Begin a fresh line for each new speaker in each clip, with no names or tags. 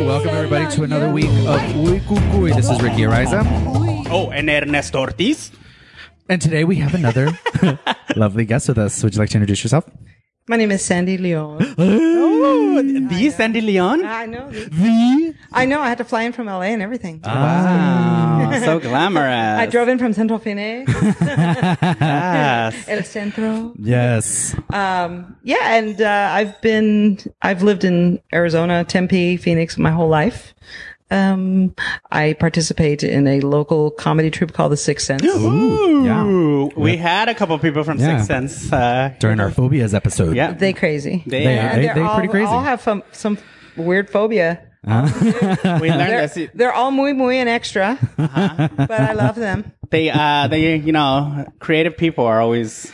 everybody to another week of Uy Cucuy. This is Ricky Ariza.
Oh, and Ernesto Ortiz.
And today we have another lovely guest with us. Would you like to introduce yourself?
My name is Sandy Leon. Ah,
Oh, the Sandy Leon.
I know. I know. I had to fly in from LA and everything.
Ah,
Ah.
Wow, so glamorous.
I drove in from Central Phoenix,
Yes.
El Centro.
Yes.
Um, yeah, and uh, I've been, I've lived in Arizona, Tempe, Phoenix my whole life. Um, I participate in a local comedy troupe called The Sixth Sense.
Ooh,
yeah.
we had a couple people from
Yeah.
Sixth Sense. Uh,
During our phobias episode.
yeah,
They crazy.
They
They
are.
are. They- they're
all,
pretty crazy.
all have some, some weird phobia.
uh, we learned
They're,
this.
they're all muy, muy and extra, but I love them.
They, uh, they, you know, creative people are always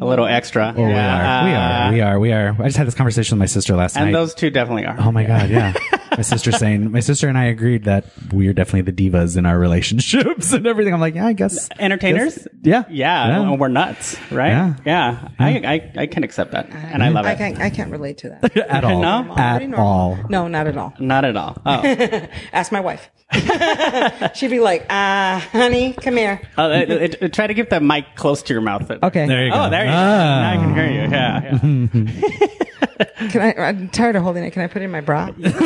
a little extra. uh,
Oh, we are. We are. We are. We are. I just had this conversation with my sister last
And
night.
those two definitely are.
oh my god, yeah. my sister saying my sister and I agreed that we are definitely the divas in our relationships and everything. I'm like, yeah, I guess.
Entertainers?
Yeah.
Yeah,
Yeah.
and we're nuts, right?
Yeah. Mm-hmm.
yeah. I, I, I can accept that, and I love
I
it.
can't, I can't relate to that.
At all.
No?
At
Pretty normal.
all.
No, not at all.
Not at all. Oh,
Ask my wife. She'd be like, uh, honey, come here.
Oh, it- it- it- try to get the mic close to your mouth.
Okay.
There you go.
Oh, there you go.
Ah.
Now I can hear you. Yeah. yeah.
Can I, I'm tired of holding it. Can I put it in my bra?
Just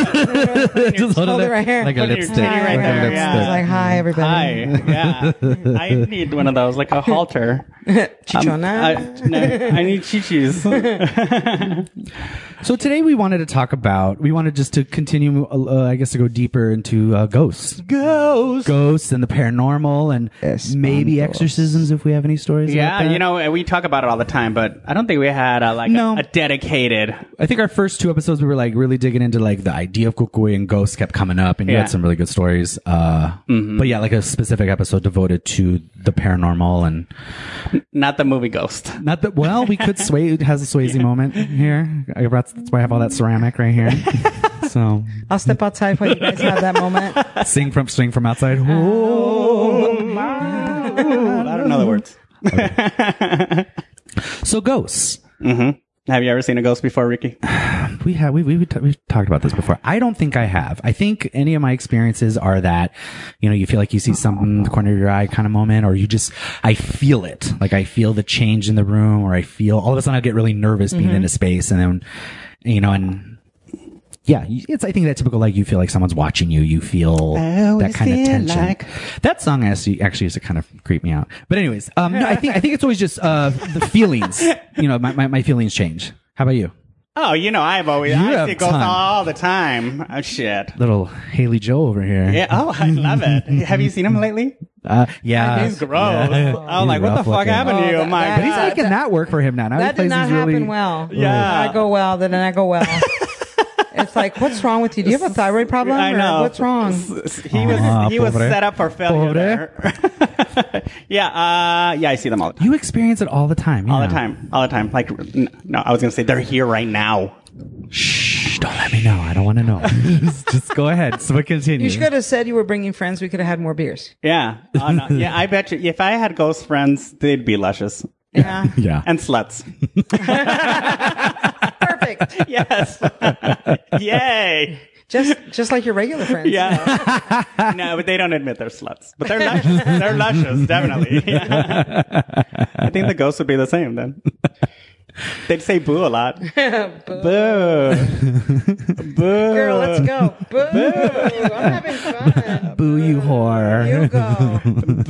hold
Hold
it
it right here.
Like a
Put your
lipstick.
titty right
like
there,
a lipstick.
yeah.
It's like, hi, everybody.
Hi. Yeah. I need one of those, like a halter. Um, I,
Chichona.
no, I need chichis.
So today we wanted to talk about, we wanted just to continue, uh, I guess, to go deeper into uh, ghosts. Ghosts. Ghosts and the paranormal and maybe exorcisms if we have any stories. about
Yeah,
that.
you know, we talk about it all the time, but I don't think we had a, like
No.
a, dedicated.
I think our first two episodes, we were like really digging into like the idea of kukui and ghosts kept coming up and you
Yeah. Mm-hmm.
had some really good stories. Uh, But yeah, like a specific episode devoted to the paranormal and
Not the movie Ghost.
not that, well, we could sway, it has a Swayze moment here. I brought, that's why I have all that ceramic right here. so
I'll step outside while you guys have that moment.
sing from, swing from outside.
Uh-huh.
Oh,
I don't know the words.
So ghosts.
Have you ever seen a ghost before, Ricky?
we have we, we, we t- we've talked about this before i don't think i have i think any of my experiences are that you know you feel like you see something in the corner of your eye kind of moment or you just i feel it like i feel the change in the room or i feel all of a sudden i get really nervous being in a space and then you know and yeah, you- it's I think that typical like you feel like someone's watching you, Oh, you feel that kind of tension. that song actually actually used to kind of creep me out. But anyways, um, no, I think I think it's always just uh, the feelings. you know, my, my, my feelings change. How about you?
Oh, you know, I've always
You
I
have
see ghosts
time.
all the time. Oh shit.
little Haley Joe over here.
Yeah. Oh, I love it. Have you seen him lately?
uh, yeah.
He's gross.
Yeah.
I'm
He's
like, what the
rough
fuck
looking.
happened to
Oh,
you?
that-
My
that-
God.
But he's making that work for him now. Now
That
he plays
did not
these really,
happen well.
Yeah.
Did not go well. That did not go well. it's like, what's wrong with you? Do you have a thyroid problem?
I
or
know.
What's wrong?
He was
Ah,
he was
pobre.
set up for failure. there. yeah, uh, yeah, I see them all the time.
You experience it all the time.
All
yeah.
the time, all the time. Like, n- no, I was gonna say they're here right now.
Shh! Don't let me know. I don't want to know. Just go ahead. So we continue.
You should have said you were bringing friends. We could have had more beers.
Yeah, oh, no. yeah. I bet you, if I had ghost friends, they'd be luscious
Yeah.
Yeah.
and sluts.
Perfect.
Yes, yay.
Just, just like your regular friends.
Yeah. no, but they don't admit they're sluts. But they're luscious. They're luscious, definitely. Yeah. I think the ghosts would be the same then. They'd say boo a lot. boo. boo.
Girl, let's go. Boo. I'm having fun.
Boo you whore.
You go.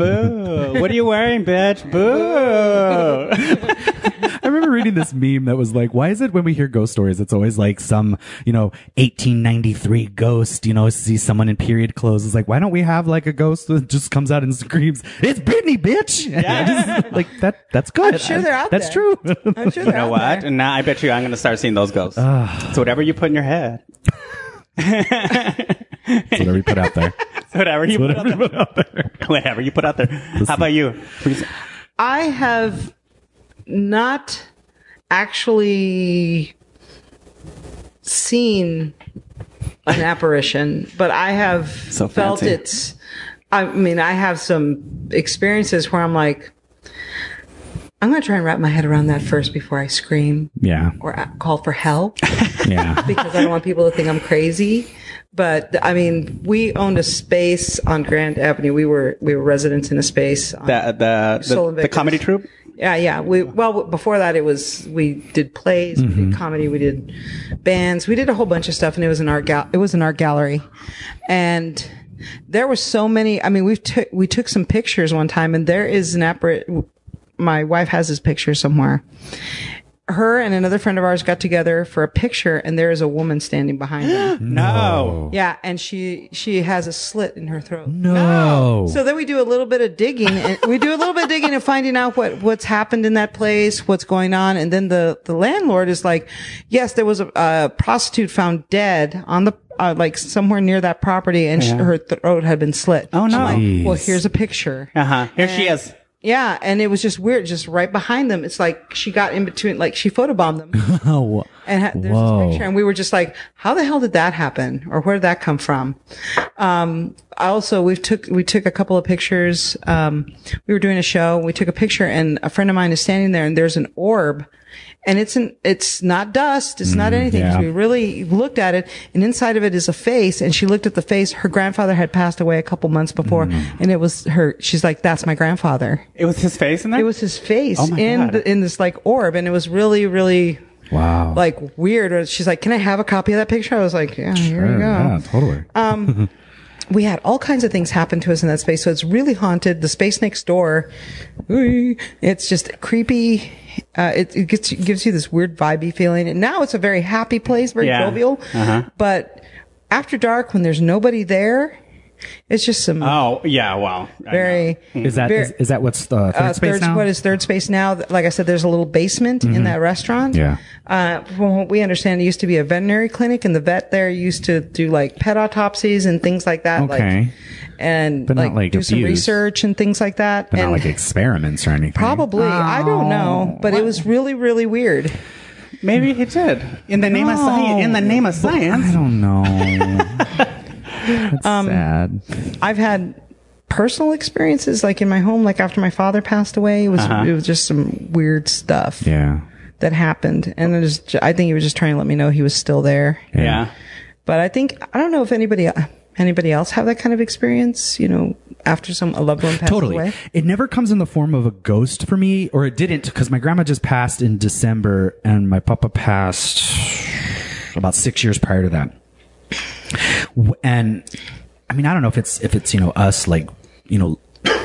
Boo. What are you wearing, bitch? Boo.
I remember reading this meme that was like, why is it when we hear ghost stories, it's always like some, you know, 1893 ghost, you know, see someone in period clothes. It's like, why don't we have like a ghost that just comes out and screams, it's Britney, bitch.
Yeah.
Just, like that, that's good.
I'm sure they're out
That's
there.
true.
I'm sure
you know what? And now I bet you I'm going to start seeing those ghosts. so whatever you put in your head,
That's whatever you put out there.
whatever you put
Whatever
out
you put out there.
there, whatever you put out there. How about you?
I have not actually seen an apparition, but I have
So
felt
fancy.
it. I mean, I have some experiences where I'm like, I'm going to try and wrap my head around that first before I scream
Yeah.
or a- call for help
Yeah.
because I don't want people to think I'm crazy. But I mean, we owned a space on Grand Avenue. We were we were residents in a space. On,
The the
Soul
the, the
Invictus.
comedy troupe.
yeah, yeah. We well before that it was we did plays, we did comedy, we did bands, we did a whole bunch of stuff, and it was an art gal- it was an art gallery, and there were so many. I mean, we took we took some pictures one time, and there is an appar- My wife has his picture somewhere. Her and another friend of ours got together for a picture, and there is a woman standing behind them.
No.
Yeah, and she she has a slit in her throat.
No.
So then we do a little bit of digging. And we do a little bit of digging and finding out what, what's happened in that place, what's going on. And then the, the landlord is like, yes, there was a, a prostitute found dead on the, uh, like somewhere near that property and sh her throat had been slit.
Oh no.
Jeez.
Well, here's a picture.
Uh huh. Here she is.
Yeah. And it was just weird, just right behind them. It's like she got in between, like she photobombed them.
Oh,
and ha- there's
Whoa.
this picture, and we were just like, "How the hell did that happen? Or where did that come from?" Um, I also, we took we took a couple of pictures. Um, we were doing a show. We took a picture, and a friend of mine is standing there, and there's an orb, and it's an it's not dust, it's not anything. 'cause
yeah.
We really looked at it, and inside of it is a face. And she looked at the face. Her grandfather had passed away a couple months before, and it was her. She's like, "That's my grandfather."
It was his face in there.
It was his face
my
in
God.
the, in this like orb, and it was really really
wow.
like weird. Or She's like, "Can I have a copy of that picture?" I was like, "Yeah, here you go." Um,
Yeah, totally.
We had all kinds of things happen to us in that space, so it's really haunted. The space next door, ooh, it's just creepy. Uh, it it gets, gives you this weird vibey feeling, and now it's a very happy place, very
Yeah.
jovial.
Uh-huh.
But after dark, when there's nobody there, it's just some
oh yeah. Wow. I know.
very.
is that
very-
is, is that what's the third
Uh,
space
third,
now? Mm-hmm.
what is third space now? Like I said, there's a little basement in that restaurant.
Yeah.
Uh, from what we understand, it used to be a veterinary clinic, and the vet there used to do like pet autopsies and things like that.
Okay.
Like, and
But not,
like,
like,
do some
abuse.
research and things like that.
but
and
not like Oh. experiments or anything.
probably, I don't know, but it was really, really weird.
Maybe he did. In the name of science. In the name of
I
science.
don't know. That's
Um,
sad.
I've had personal experiences like in my home, like after my father passed away, it was it was just some weird stuff
Uh-huh. Yeah.
that happened, and it was, I think he was just trying to let me know he was still there.
Yeah.
But I think I don't know if anybody anybody else have that kind of experience. You know, after some a loved one passes
Totally.
away.
It never comes in the form of a ghost for me, or it didn't, because my grandma just passed in December and my papa passed about six years prior to that. W- And I mean, I don't know if it's, if it's, you know, us like, you know,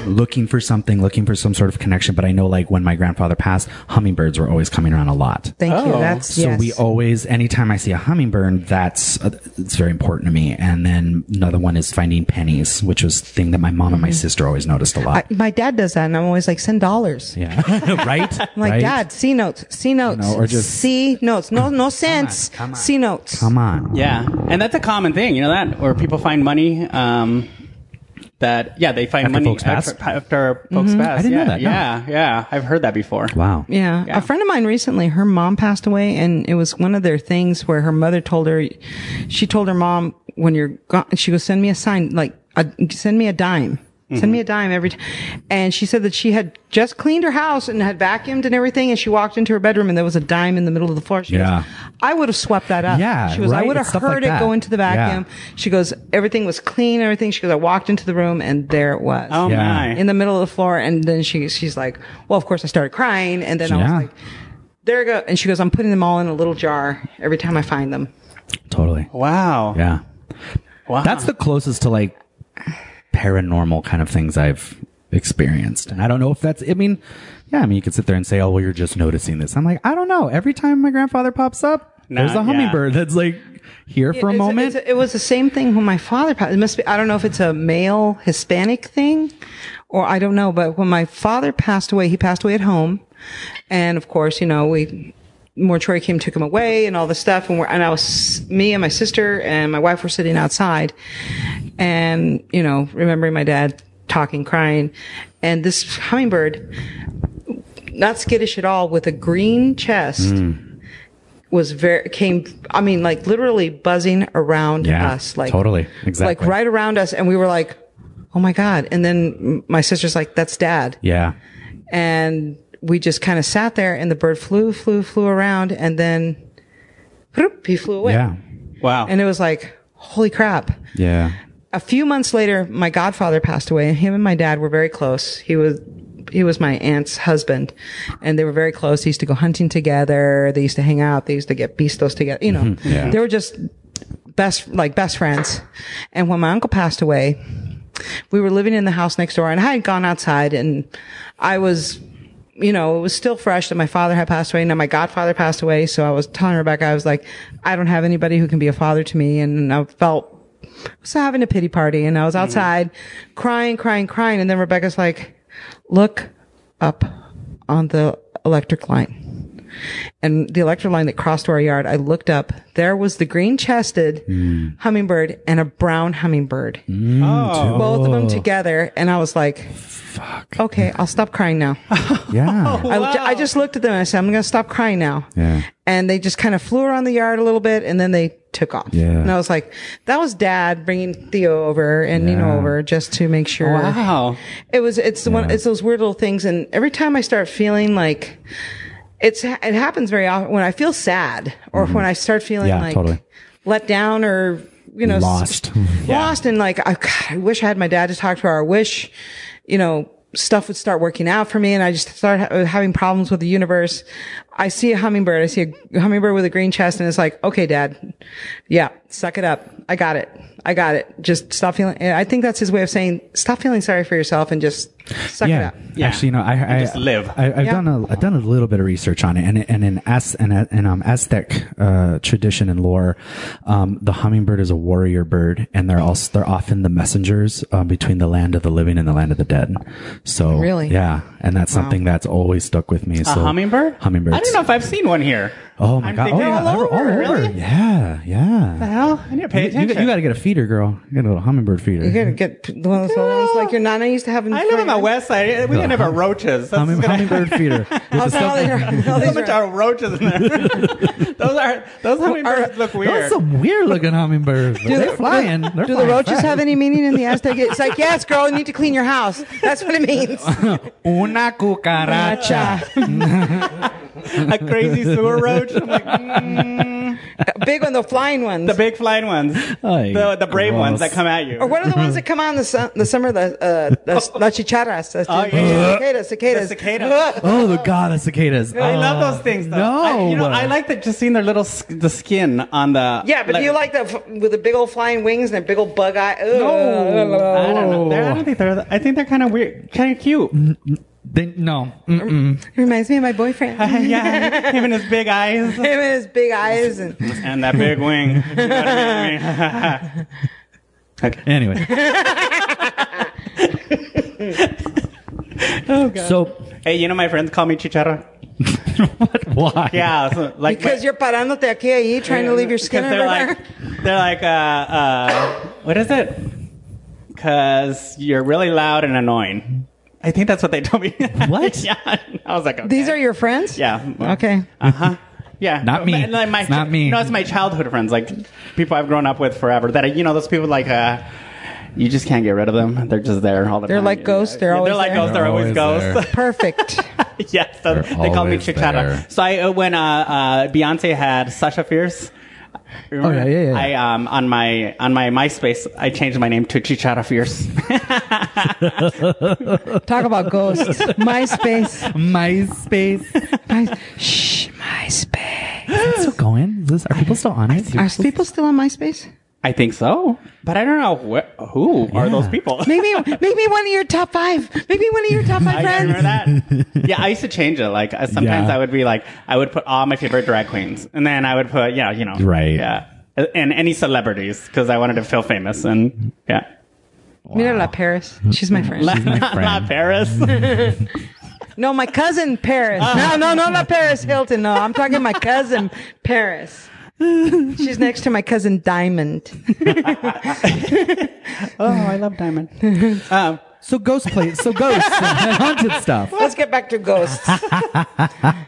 looking for something, looking for some sort of connection, but I know like when my grandfather passed, hummingbirds were always coming around a lot.
Thank you.
Oh.
That's
So
yes.
we always, anytime I see a hummingbird, that's uh, it's very important to me. And then another one is finding pennies, which was the thing that my mom and my sister always noticed a
Mm-hmm. I,
lot.
my dad does that, and I'm always like, send dollars.
yeah, right.
I'm like, Dad, C notes, C notes,
know, or just-
C notes, no, no sense,
come on.
C notes.
come on.
Yeah. And that's a common thing. You know that where people find money. Um, that yeah, they find
After
money
folks pass?
after, after folks
Mm-hmm.
pass.
I didn't know
yeah,
that, no.
Yeah. Yeah. I've heard that before.
Wow.
Yeah.
Yeah.
A friend of mine recently, her mom passed away and it was one of their things where her mother told her, she told her mom, when you're gone, she goes, send me a sign, like, a, send me a dime. Send me a dime every time. And she said that she had just cleaned her house and had vacuumed and everything. And she walked into her bedroom and there was a dime in the middle of the floor. She
Yeah.
goes, I would have swept that up.
Yeah,
She goes,
right?
I would have
It's stuff like
heard it
that.
go into the
Yeah.
vacuum. She goes, everything was clean, everything. She goes, I walked into the room and there it was
Oh
Yeah.
my.
in the middle of the floor. And then she, she's like, well, of course I started crying. And then I was
Yeah.
like, there you go. And she goes, I'm putting them all in a little jar every time I find them.
Totally.
wow.
Yeah.
Wow.
That's the closest to like paranormal kind of things I've experienced. And I don't know if that's, I mean, yeah, I mean, you could sit there and say, oh, well, you're just noticing this. I'm like, I don't know. Every time my grandfather pops up,
Nah,
there's a
yeah.
hummingbird that's like here for a
It's-
moment.
it's- it was the same thing when my father passed. It must be, I don't know if it's a male Hispanic thing or I don't know, but when my father passed away, he passed away at home. And of course, you know, we, mortuary came, took him away and all this stuff. And we're, and I was, me and my sister and my wife were sitting outside and, you know, remembering my dad talking, crying. And this hummingbird, not skittish at all, with a green chest,
Hmm.
was very came. I mean, like literally buzzing around
Yeah,
us, like
totally. Exactly.
like right around us, and we were like, "Oh my god!" And then my sister's like, "That's dad,"
yeah.
and we just kind of sat there and the bird flew, flew, flew around and then whoop, he flew away.
Yeah.
Wow.
And it was like, holy crap.
Yeah.
A few months later, my godfather passed away and him and my dad were very close. He was, he was my aunt's husband and they were very close. They used to go hunting together. They used to hang out. They used to get beastos together. You know,
Yeah.
they were just best, like best friends. And when my uncle passed away, we were living in the house next door and I had gone outside and I was, you know, it was still fresh that my father had passed away. Now my godfather passed away. So I was telling Rebecca, I was like, I don't have anybody who can be a father to me. And I felt, I was having a pity party and I was outside crying, crying, crying. And then Rebecca's like, look up on the electric line. And the electric line that crossed our yard, I looked up. There was the green chested
Hmm.
hummingbird and a brown hummingbird
oh.
both of them together and i was like okay i'll stop crying now
Oh,
Yeah.
I, I just looked at them and i said i'm gonna stop crying now
Yeah.
and they just kind of flew around the yard a little bit and then they took off
Yeah.
and i was like that was dad bringing theo over and nino
Yeah.
over just to make sure
Wow.
it was it's the one it's those weird little things and every time i start feeling like it's it happens very often when i feel sad or when i start feeling
Mm-hmm. Yeah,
like
totally.
let down or you know s-
Lost.
lost and like I, God, I wish I had my dad to talk to her. I wish, you know, stuff would start working out for me and I just start ha- having problems with the universe. I see a hummingbird. I see a hummingbird with a green chest and it's like, okay, dad. Yeah. Suck it up. I got it. I got it. Just stop feeling. and I think that's his way of saying stop feeling sorry for yourself and just suck
yeah.
it up.
Yeah.
Actually, you know, I, I
just live.
I, I've
Yeah.
done a I've done a little bit of research on it, and and in Az and and um Aztec uh, tradition and lore, um, the hummingbird is a warrior bird, and they're also they're often the messengers um, between the land of the living and the land of the dead. So
Really?
yeah, and that's something that's always stuck with me. So
A hummingbird?
hummingbirds.
I don't know if I've seen one here.
Oh my
I'm
god! Oh,
thinking-
yeah,
All
they're
over, really?
Yeah, yeah.
Well, I need to pay
You, you,
attention.
got to get a feeder, girl. You got to get a hummingbird feeder.
You're going to get the one of those little ones like your nana used to have in
I live on the
front
west side. We didn't have our roaches. That's
Humming,
gonna-
hummingbird feeder. With the
of your-
stuff-
All these are- all
How
these
much
are-
are roaches in there? those are those hummingbirds look
Those are
weird.
some weird looking hummingbirds. but they're flying. They're
Do the
flying
roaches
fast.
have any meaning in the Aztec? It's like, yes, girl, you need to clean your house. That's what it means.
Una cucaracha.
a crazy sewer roach. I'm like, mm,
big one, the flying ones.
the big flying ones,
Ay,
the the brave ones
gross.
that come at
or
you.
what are the ones that come on the, sun, the summer? The uh, the, the chicharras, the
Oh, yeah, yeah.
cicadas, cicadas,
The cicadas.
Oh, the god of cicadas. Ah,
I love those things. Though.
No,
I, you know, I like the, just seeing their little sk- the skin on the.
Yeah, but do you like the f- with the big old flying wings and the big old bug eye? Ugh.
No, I don't know. They're, I don't think they're. I think they're kind of weird, kind of cute.
They, no. Mm, Mm-mm.
It reminds me of my boyfriend. Him
yeah, him and his big eyes
and his big eyes and
and that big wing. You know what I mean?
Anyway. oh god. So
Hey, you know my friends call me Chichara.
what? Why?
Yeah, so, like
because you're parándote aquí ahí trying to leave your skin
Because they're
over there.
like, they're like, uh, uh, what is it? Because you're really loud and annoying. I think that's what they told me.
What?
yeah, I was like, okay.
These are your friends.
yeah,
Okay.
uh huh. Yeah,
Not me.
But, like, my-
It's not me.
No, it's my childhood friends, like people I've grown up with forever. That I- you know, those people like. uh you just can't get rid of them. They're just there all the
They're
time.
like ghosts. They're always
they're like
there.
ghosts. They're always,
They're always
ghosts.
Perfect.
yes, so they call me
always
Chichara.
there.
So I, uh, when uh, uh, Beyonce had Sasha Fierce,
Oh,
remember,
yeah, yeah, yeah.
I um, on my on my MySpace, I changed my name to Chichara Fierce.
Talk about ghosts. MySpace.
MySpace.
My, shh, MySpace.
Is it still going? Is this, are people still on it?
Are people still on MySpace?
I think so, but I don't know wh- who are
Yeah.
those people.
Make me, make me one of your top five. Make me one of your top five
I
friends.
remember that. yeah, I used to change it. Like uh, sometimes
Yeah.
I would be like, I would put all my favorite drag queens, and then I would put yeah, you know,
Right.
yeah, and any celebrities because I wanted to feel famous, and yeah,
Mira La Paris. She's my friend.
not Paris.
no, my cousin Paris. No, no, no, not Paris Hilton. No, I'm talking my cousin Paris. She's next to my cousin Diamond.
oh, I love Diamond. um,
So ghost plays. So ghosts and haunted stuff.
Let's get back to ghosts.
have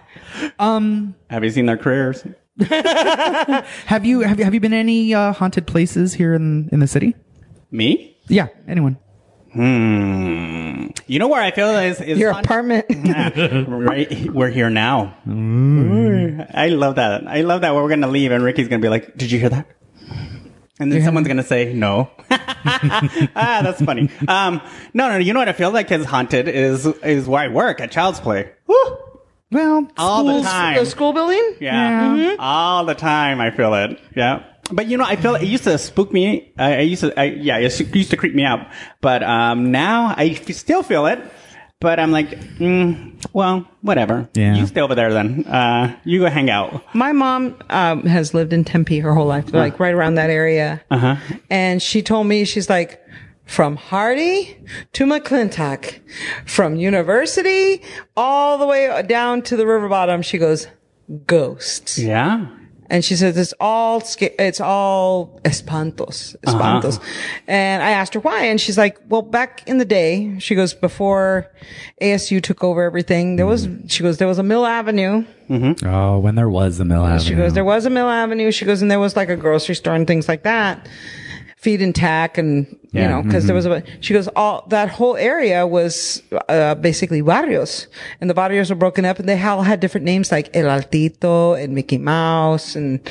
you seen their careers?
Have you have you have you been to any uh, haunted places here in in the city?
Me?
Yeah. Anyone?
Hmm. You know where I feel is, is
Your
on-
apartment.
right, we're here now. I love that. I love that. Where we're gonna leave, and Ricky's gonna be like, "Did you hear that?" And then someone's gonna say, "No." ah, that's funny. Um, no, no. You know what I feel like is haunted is is where I work at Child's Play. Woo!
Well,
All the
schools-
time.
the school building?
Yeah. Mm-hmm. All the time I feel it. Yeah. But you know, I feel it used to spook me. I, I used to, I, yeah, it used to creep me out. But um, now I f- still feel it. But I'm like, mm, well, whatever.
Yeah.
You stay over there then. Uh, you go hang out.
My mom um, has lived in Tempe her whole life, like right around that area.
Uh-huh.
And she told me, she's like, from Hardy to McClintock, from university all the way down to the river bottom, she goes, ghosts.
Yeah.
And she says it's all sca- it's all espantos,
Uh-huh.
espantos. And I asked her why, and she's like, "Well, back in the day, she goes before ASU took over everything. There was
Mm-hmm.
she goes there was a Mill Avenue.
Oh, when there was the Mill Avenue.
She goes there was a Mill Avenue. She goes and there was like a grocery store and things like that, feed and tack, and you
Yeah. mm-hmm.
know because there was a. She goes all that whole area was uh, basically barrios, and the barrios were broken up, and they all had different names like El Altito and Mickey Mouse and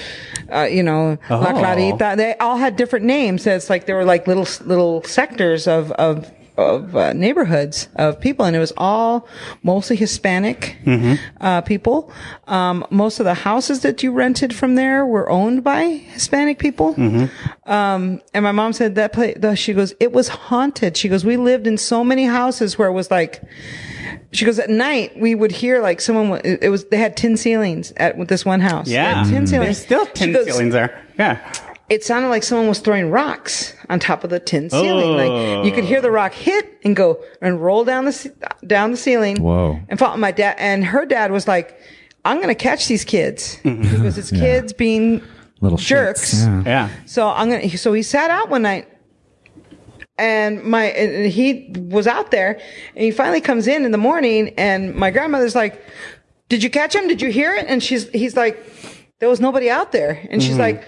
uh, you know La
Oh.
Clarita. They all had different names. It's like there were like little little sectors of of of uh, neighborhoods of people, and it was all mostly Hispanic
Mm-hmm.
uh, people. Um, most of the houses that you rented from there were owned by Hispanic people.
Mm-hmm.
Um, and my mom said that place. The, she goes, it was haunted. She goes, we lived in so many houses where it was like. She goes at night. We would hear like someone. wa- It it was they had tin ceilings at this one house. They had
Yeah. Mm-hmm.
tin ceilings.
There's still
She
tin
goes,
ceilings there. Yeah.
it sounded like someone was throwing rocks on top of the tin ceiling. Like you could hear the rock hit and go and roll down the ce- down the ceiling.
Whoa.
And fall. My dad and her dad was like, "I'm going to catch these kids because it's kids being
Little
jerks."
shits. Yeah.
Yeah.
So I'm gonna. So he sat out one night, and my and he was out there, and he finally comes in in the morning, and my grandmother's like, "Did you catch him? Did you hear it?" And she's he's like, "There was nobody out there,"
Mm-hmm.
and she's like,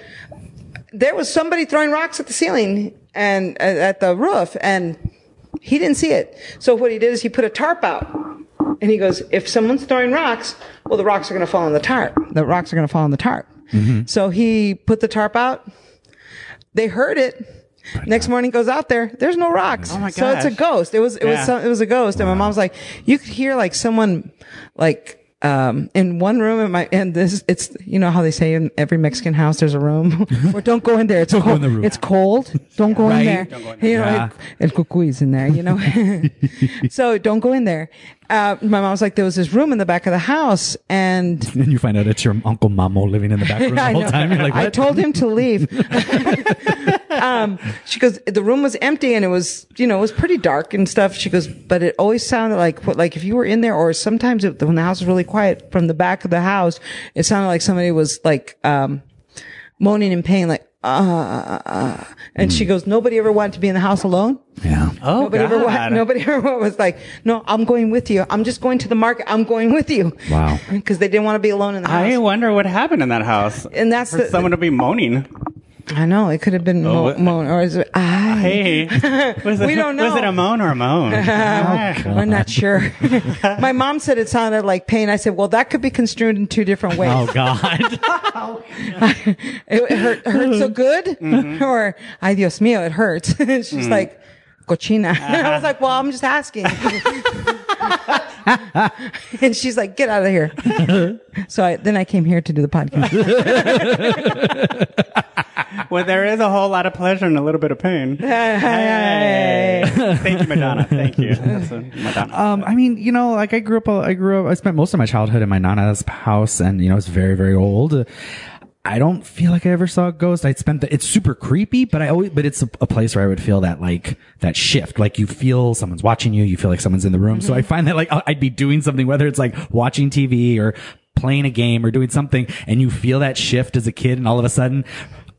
"There was somebody throwing rocks at the ceiling and at- at the roof, and he didn't see it. So what he did is he put a tarp out." And he goes, if someone's throwing rocks, well, the rocks are going to fall on the tarp. The rocks are going to fall on the tarp.
Mm-hmm.
So he put the tarp out, they heard it. Next morning goes out there. There's no rocks.
Oh my
So it's a
gosh.
ghost. It was it was
Yeah.
some, it was a ghost. And my mom's like, you could hear like someone like um in one room in my and this it's you know how they say in every Mexican house there's a room or don't go in there. It's cold.
in the room.
It's cold. Don't go in there.
Don't go in
You know,
Yeah.
el cucuy's in there. You know. so don't go in there. Uh, my mom's like, there was this room in the back of the house, and
And you find out it's your Uncle Mamo living in the back room the
I
whole
know.
time. You're like,
I
what?
told him to leave. um, she goes, the room was empty and it was, you know, it was pretty dark and stuff. She goes, but it always sounded like, what, like if you were in there or sometimes it, when the house was really quiet from the back of the house, it sounded like somebody was like, um, moaning in pain, like, uh, uh, and
Hmm.
she goes, nobody ever wanted to be in the house alone.
yeah.
Oh,
Nobody ever, wa-
God.
nobody ever wa- was like, no, I'm going with you. I'm just going to the market. I'm going with you.
Wow.
Because they didn't want to be alone in the house.
I wonder what happened in that house.
And that's
For
the-
someone to be moaning.
I know it could have been
Oh,
mo-
what-
moan or is it I?
Hey, was it,
We don't
Was
know.
it a moan or a moan?
We're not sure. My mom said it sounded like pain. I said, well, that could be construed in two different ways.
Oh God.
It, it hurt, it hurt so good,
Mm-hmm.
or ay Dios mío, it hurts. She's
Mm.
like, cochina. I was like, well, I'm just asking. and she's like, get out of here. so I, then I came here to do the podcast.
Well, there is a whole lot of pleasure and a little bit of pain. Hey. Thank you, Madonna. Thank you. That's a- Madonna.
Um, I mean, you know, like I grew up, I grew up, I spent most of my childhood in my nana's house and, you know, it's very, very old. I don't feel like I ever saw a ghost. I'd spent the, it's super creepy, but I always, but it's a, a place where I would feel that like, that shift. Like you feel someone's watching you, you feel like someone's in the room. So I find that like I- I'd be doing something, whether it's like watching TV or playing a game or doing something and you feel that shift as a kid and all of a sudden,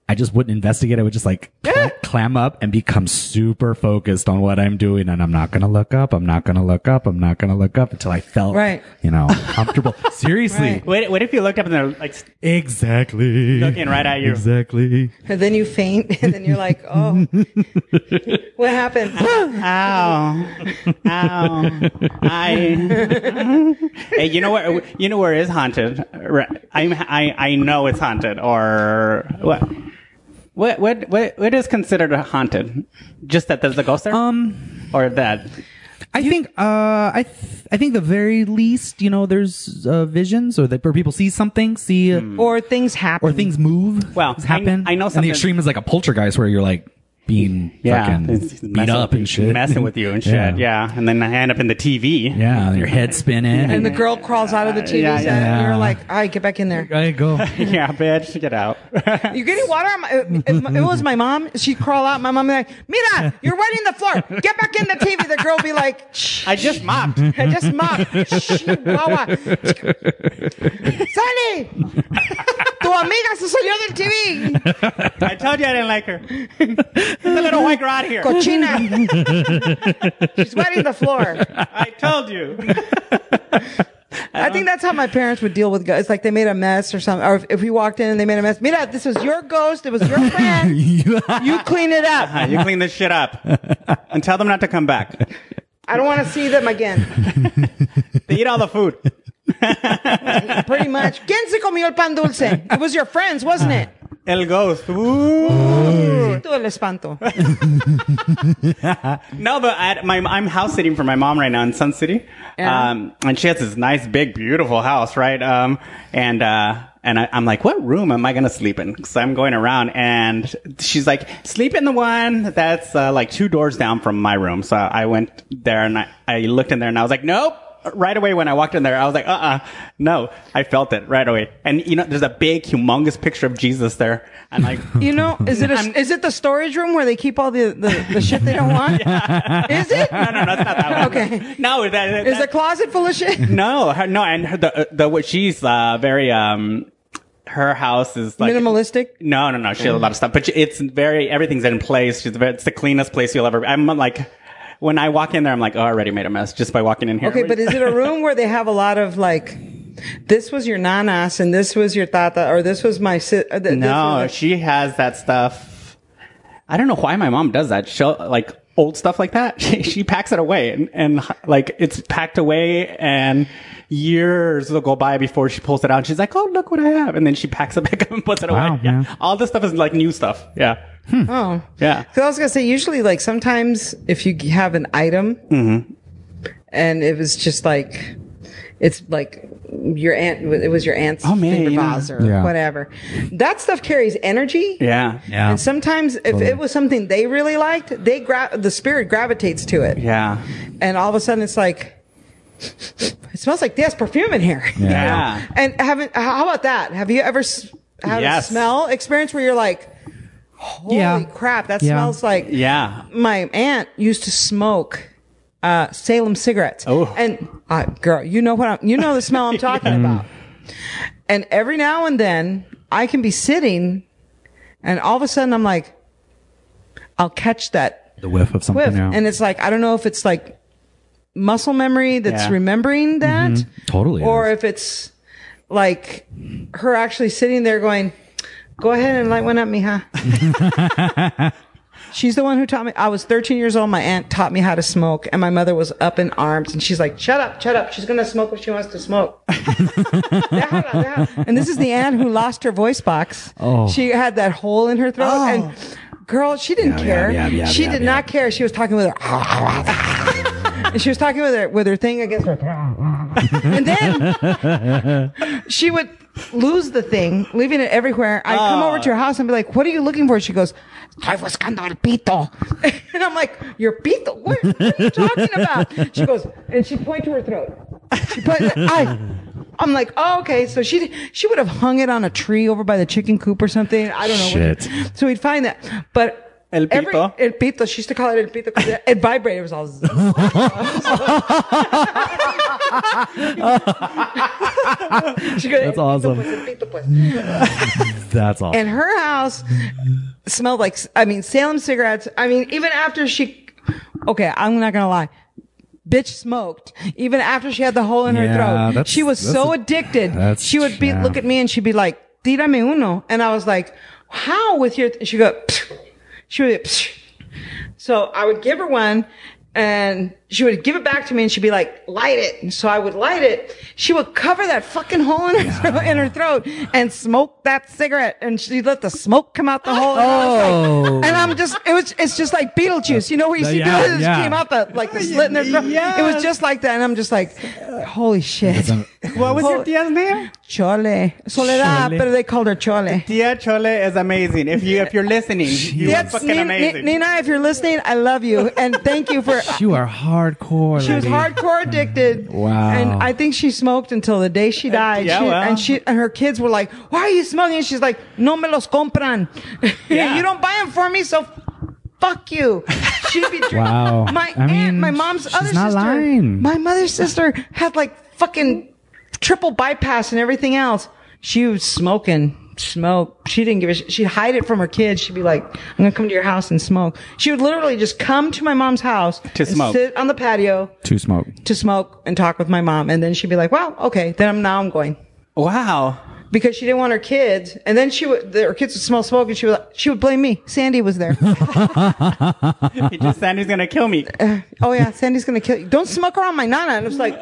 I just wouldn't investigate. I would just like cl- clam up and become super focused on what I'm doing. And I'm not going to look up. I'm not going to look up. I'm not going to look up until I felt,
Right.
you know, comfortable. Seriously.
Right.
what, what if you looked up and they're like,
Exactly.
Looking right at you.
Exactly.
and then you faint, and then you're like, oh. What happened?
Ow. Ow. I. hey, you know where you know where is haunted? Right. I'm I I know it's haunted or what? What what what what is considered haunted? Just that there's a ghost there? Um or that
I think uh, I th- I think the very least you know there's uh, visions or that where people see something see uh,
or things happen.
or things move
Hmm. Well,
things happen
I- I
and
know
the
something-
extreme is like a poltergeist where you're like being fucking
it's- it's
beat
messing
up
with
and
you-
shit
messing with you and shit yeah, and then I end up in the TV
yeah your head spinning
And the girl crawls out of the TV
yeah,
set, and
yeah.
you're like, "All right, get back in there."
I go
yeah bitch get out
You're getting water. on my- If if it was my mom, she'd crawl out. My mom would be like, "Mira, you're wetting the floor. Get back in the TV." The girl would be like, "Shh,
I just mopped
I just mopped. Shh, guagua. Sally, tu amiga se salió del TV.
I told you I didn't like her it's a little white girl out here
Cochina. She's wetting the floor."
I told you
I think that's how my parents would deal with ghosts. It's like they made a mess or something. Or if, if we walked in and they made a mess, Mira, this was your ghost. It was your friend. you clean it up.
Uh, you clean this shit up and tell them not to come back.
I don't want to see them again.
They eat all the food.
Pretty much. ¿Quién se comió el pan dulce? It was your friends, wasn't it?
El ghost. Ooh.
Tú el espanto.
No, but at my, I'm house sitting for my mom right now in Sun City,
Yeah.
um, and she has this nice, big, beautiful house, right? Um, and uh, and I, I'm like, what room am I gonna sleep in? Because I'm going around, and she's like, sleep in the one that's uh, like two doors down from my room. So I went there and I, I looked in there, and I was like, nope. Right away when I walked in there, I was like, uh-uh, no. I felt it right away. And you know, there's a big, humongous picture of Jesus there. And like,
You know, is it a, is it the storage room where they keep all the, the, the shit they don't want? Is it?
no, no, no, it's not that one.
Okay.
No, that, that,
Is the closet full of shit?
No, her, no, and her, the the what she's uh, very um, her house is like
Minimalistic?
No, no, no, she has a lot of stuff, but it's very everything's in place. She's very, it's the cleanest place you'll ever. I'm like. When I walk in there, I'm like, oh, I already made a mess just by walking in here.
Okay, but is it a room where they have a lot of like, this was your nanas and this was your tata or this was my si- or th- this
no,
was-
she has that stuff. I don't know why my mom does that. She'll like old stuff like that. She, she packs it away and, and like it's packed away and years will go by before she pulls it out. She's like, Oh, look what I have. And then she packs it back up and puts it
Wow,
away. Yeah.
yeah.
All this stuff is like new stuff. Yeah.
Oh.
Yeah.
Because I was gonna say, usually, like sometimes if you g- have an item,
Mm-hmm.
and it was just like, it's like your aunt, it was your aunt's
Oh, man,
finger
yeah.
vase or
Yeah.
whatever. That stuff carries energy.
Yeah.
yeah
And sometimes if it was something they really liked, they gra- the spirit gravitates to it,
Yeah.
and all of a sudden it's like. It smells like there's perfume in here. you know?
Yeah.
And haven't, how about that? Have you ever s- had
Yes.
a smell experience where you're like, holy
Yeah.
crap, that
Yeah.
smells like
Yeah.
my aunt used to smoke uh, Salem cigarettes.
Oh.
and uh, girl, you know what? I'm, you know the smell I'm talking about. And every now and then, I can be sitting, and all of a sudden, I'm like, I'll catch that
the whiff of something
whiff,
yeah.
and it's like I don't know if it's like muscle memory that's
Yeah. Mm-hmm.
remembering that,
Totally
or
is.
if it's like her actually sitting there going, "Go ahead and light one up, mija." She's the one who taught me. I was 13 years old. My aunt taught me how to smoke, and my mother was up in arms, and she's like, "Shut up, shut up. She's gonna smoke what she wants to smoke." Deja, deja. and this is the aunt who lost her voice box.
Oh.
She had that hole in her throat, and girl, she didn't
Yeah,
care.
yeah, yeah, yeah,
she
yeah,
did
yeah.
not care. She was talking with her, "Ah, and she was talking with her with her thing against her, "Ah, and then she would lose the thing, leaving it everywhere. I would come over to her house and be like, "What are you looking for?" She goes, "Estoy buscando el pito," and I'm like, "Your pito? What, what are you talking about?" She goes, and she pointed to her throat. She put, I, I'm like, oh, okay. So she she would have hung it on a tree over by the chicken coop or something. I don't know. what-
Shit.
so we'd find that, but.
El
every-
pito?
el pito. She used to call it el pito because it, it vibrated. It was all. zzz. she goes,
That's
"El pito,
awesome.
pues, el pito, pues."
that's awesome
And her house smelled like, I mean, Salem cigarettes. I mean, even after she, okay, I'm not going to lie. Bitch smoked even after she had the hole in
Yeah,
her throat.
that's-
She was
that's
so
a-
addicted.
that's-
she would be,
yeah.
look at me and she'd be like, tirame uno. And I was like, how with your, she go, "Psh." she would, "Psh." So I would give her one and she would give it back to me and she'd be like, light it. And so I would light it. She would cover that fucking hole in her, throat, in her throat and smoke that cigarette and she'd let the smoke come out the hole. And, I was
Oh.
like, and I'm just, it was, it's just like Beetlejuice. You know where you
Uh,
see
yeah,
Beetlejuice
yeah.
came out the, like the slit in their throat. It was
Yes.
just like that. And I'm just like, holy shit.
What was
Well-
your tia's name?
Chole. Soledad,
Chole.
but they called her Chole.
Tia Chole is amazing. If you if you're listening, you are
Yes,
fucking
Nina,
amazing.
Nina, if you're listening, I love you and thank you for.
you are hardcore.
She was
lady.
hardcore addicted.
Wow.
And I think she smoked until the day she died.
Yeah,
she,
well.
And she and her kids were like, "Why are you smoking?" And she's like, "No me los compran.
Yeah.
you don't buy them for me, so fuck you." She'd be drinking.
Wow.
My
I
aunt,
mean,
my mom's
she's
other
not
sister,
lying.
my mother's sister had like fucking triple bypass and everything else. She was smoking. Smoke. She didn't give a shit. She'd hide it from her kids. She'd be like, I'm going to come to your house and smoke. She would literally just come to my mom's house
To
and
smoke.
sit on the patio
to smoke.
to smoke and talk with my mom. And then she'd be like, wow, okay, then I'm, now I'm going.
Wow.
Because she didn't want her kids. And then she would, her kids would smell smoke and she would, she would blame me. Sandy was there.
He just said he's gonna kill me.
oh yeah, Sandy's going to kill you. Don't smoke around my nana. And it was like,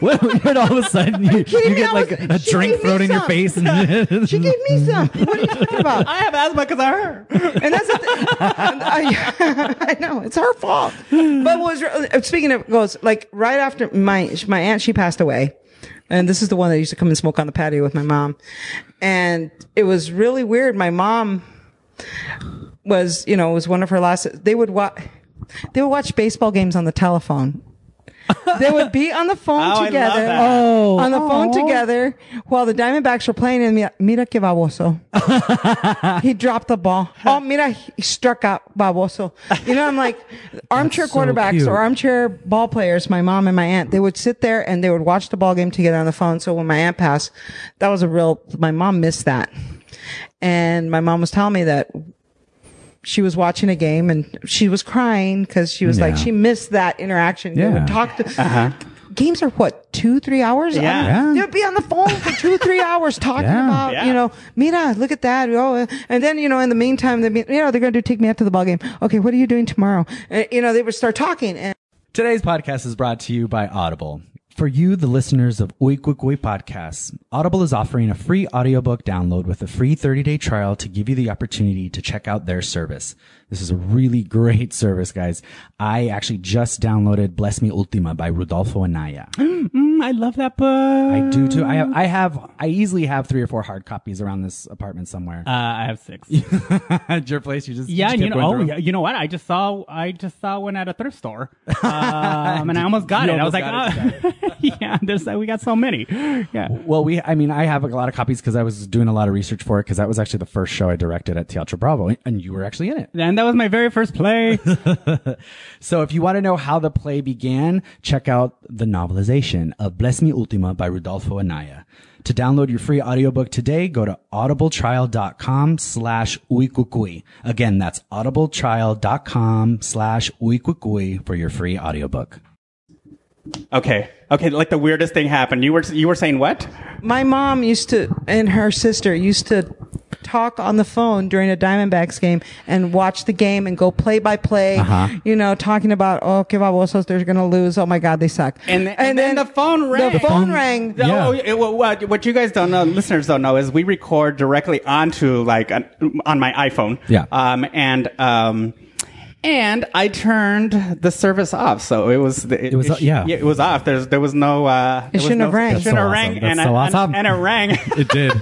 Well, and all of a sudden you, you
kidding me?
get
I
like
was-
a
she
drink
gave me
thrown in your
some.
face, and
she gave me some. What are you talking about?
I have asthma because of her.
And that's the thing. I, I know it's her fault. But what was re- uh, speaking of goes like right after my my aunt she passed away, and this is the one that used to come and smoke on the patio with my mom, and it was really weird. My mom was you know was one of her last. They would watch they would watch baseball games on the telephone. they would be on the phone
I love
together.
that.
Oh.
on the phone
Aw.
together while the Diamondbacks were playing. And mira, mira que baboso he dropped the ball. Oh, mira, he struck out Baboso. You know, I'm like, armchair
so
quarterbacks
cute.
or armchair ball players, my mom and my aunt, they would sit there and they would watch the ball game together on the phone. So when my aunt passed, that was a real, my mom missed that. And my mom was telling me that she was watching a game and she was crying because she was like,
Yeah.
she missed that interaction. They
Yeah.
would talk to, games are what, two, three hours?
Yeah.
Yeah.
On- They would be on the phone for two, three hours talking
Yeah.
about
Yeah.
you know, Mira, look at that. Oh, uh," and then, you know, in the meantime, they, be- you know, they're going to take me out to the ball game. Okay, what are you doing tomorrow? And, you know, they would start talking. And
Today's podcast is brought to you by Audible. For you, the listeners of Oi Quick Oi Podcasts, Audible is offering a free audiobook download with a free 30-day trial to give you the opportunity to check out their service. This is a really great service, guys. I actually just downloaded Bless Me Ultima by Rudolfo Anaya.
Mm, I love that book. I
I do too. I have, I have, I easily have three or four hard copies around this apartment somewhere.
Uh, I have six.
At your place, you just
Yeah,
you
and
just
you
kept
know,
going
oh,
through
yeah, you know what? I just saw, I just saw one at a thrift store, um, and I almost got
You
it. I was like,
almost
oh. yeah, there's we got so many. Yeah,
Well, we, I mean, I have a lot of copies because I was doing a lot of research for it because that was actually the first show I directed at Teatro Bravo and you were actually in it.
and that was my very first play.
So if you want to know how the play began, check out the novelization of Bless Me Ultima by Rudolfo Anaya. To download your free audiobook today, go to audibletrial.com slash uikukui. Again, that's audibletrial.com slash uikukui for your free audiobook.
Okay. Okay. Like the weirdest thing happened. You were you were saying what?
my mom used to, and her sister used to talk on the phone during a Diamondbacks game and watch the game and go play by play, you know, talking about, oh, que babosos, they're going to lose. Oh my God, they suck.
And th- and then the phone rang.
The phone
phone-
rang.
Yeah.
Oh, yeah, well, what, what you guys don't know, listeners don't know, is we record directly onto like an, on my iPhone.
Yeah.
Um, and um, and I turned the service off, so it was it,
was, uh, yeah.
it was off. There's there was no uh, there was
shouldn't
no-
have rang.
It
That's so
shouldn't have rang,
awesome. That's
and,
so
I-
awesome.
and it rang.
It did.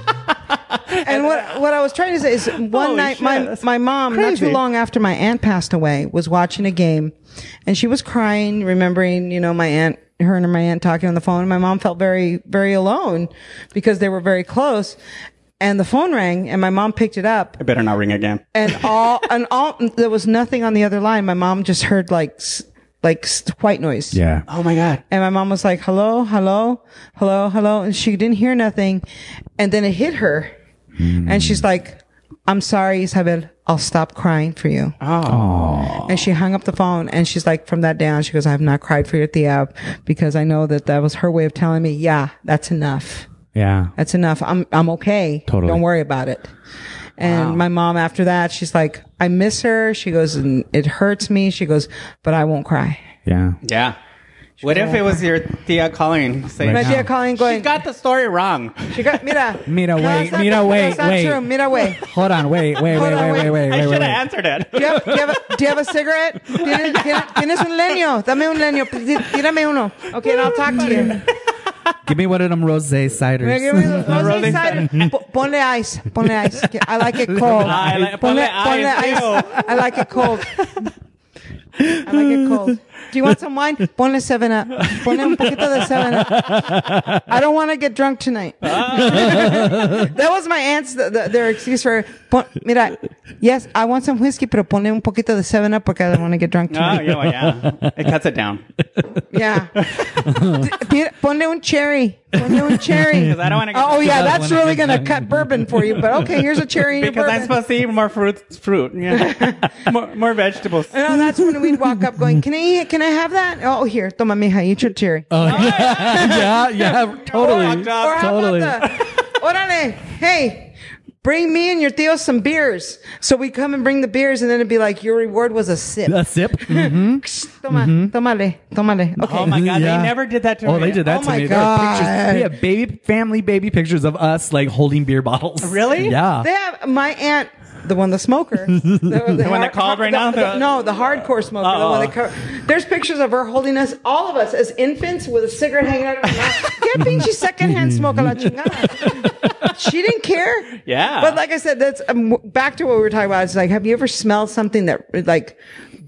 And what what I was trying to say is one
Holy
night
shit,
my
that's
my mom not too
crazy.
long after my aunt passed away was watching a game and she was crying remembering you know my aunt her and my aunt talking on the phone and my mom felt very very alone because they were very close and the phone rang and my mom picked it up
it better not ring again.
and all and all there was nothing on the other line my mom just heard like s- like s- white noise
Yeah.
Oh my god.
and my mom was like, hello, hello, hello, hello. And she didn't hear nothing. And then it hit her. And she's like, I'm sorry, Isabel. I'll stop crying for you.
Oh.
And she hung up the phone and she's like, from that day on, she goes, I have not cried for your Thea because I know that that was her way of telling me, yeah, that's enough.
Yeah.
That's enough. I'm, I'm okay.
Totally.
Don't worry about it. And my mom, after that, she's like, I miss her. She goes, and it hurts me. She goes, but I won't cry.
Yeah.
Yeah. What if it was your Thea calling? Saying,
My dear Colleen
She
going,
got the story wrong.
she got, mira.
Mira,
No,
wait,
it's not-
Mira,
no,
wait,
it's not
wait.
true. Mira, wait.
Hold on. Wait. Wait. Wait.
Hold on,
Wait. Wait. Wait.
I
wait.
Wait.
should have
Wait.
answered it.
Do you have, do you have, a, do you have a cigarette? ¿Tienes, tienes, tienes un leño? Dame un leño. Tí- Tírame uno. Okay, and I'll talk to you.
Give me one of them rose
Mira, give me
ciders.
the- ponle
Rolling
cider. Po- Ponle ice. Ponle ice. Okay, I like it cold.
I like- ponle ice, ew.
I like it cold. I like it cold. Do you want some wine? Ponle 7 Up. Ponle un poquito de 7 Up. I don't want to get drunk tonight.
Ah.
that was my aunt's, the, the, their excuse for, pon, mira, yes, I want some whiskey, pero ponle un poquito de 7 Up porque I don't want to get drunk tonight.
Oh, yeah, well, yeah. It cuts it down.
Yeah. D- mira, ponle un cherry. Ponle un cherry.
'Cause I don't wanna get-
oh, oh, yeah, that's
I don't wanna
really
get
going to cut bourbon for you. But okay, here's a cherry in your
Because I'm
bourbon.
supposed to eat more fruit. fruit yeah. more, more vegetables.
No, that's when we'd walk up going, can I eat, can I have that? Oh, here, toma mija, eat your cherry.
Uh, Yeah. Yeah. Totally.
Fucked up.
or how
totally.
about the, orale, hey, bring me and your tío some beers. So we come and bring the beers and then it'd be like, your reward was a sip.
A sip.
Toma,
mm-hmm.
tomale, tomale. Okay.
Oh my god,
Yeah.
they never did that to me.
Oh, they did that
Oh
to
my
me. There were
God.
pictures. We have baby family baby pictures of us like holding beer bottles.
Really?
Yeah.
They have my aunt, the one, the smoker, the, the
one that called right now?
the- no, the hardcore smoker, the one that. Co- There's pictures of her holding us, all of us, as infants, with a cigarette hanging out of her mouth. Qué pinche secondhand smoke a la chingada. She didn't care.
Yeah.
But like I said, that's um, w- back to what we were talking about. It's like, have you ever smelled something that like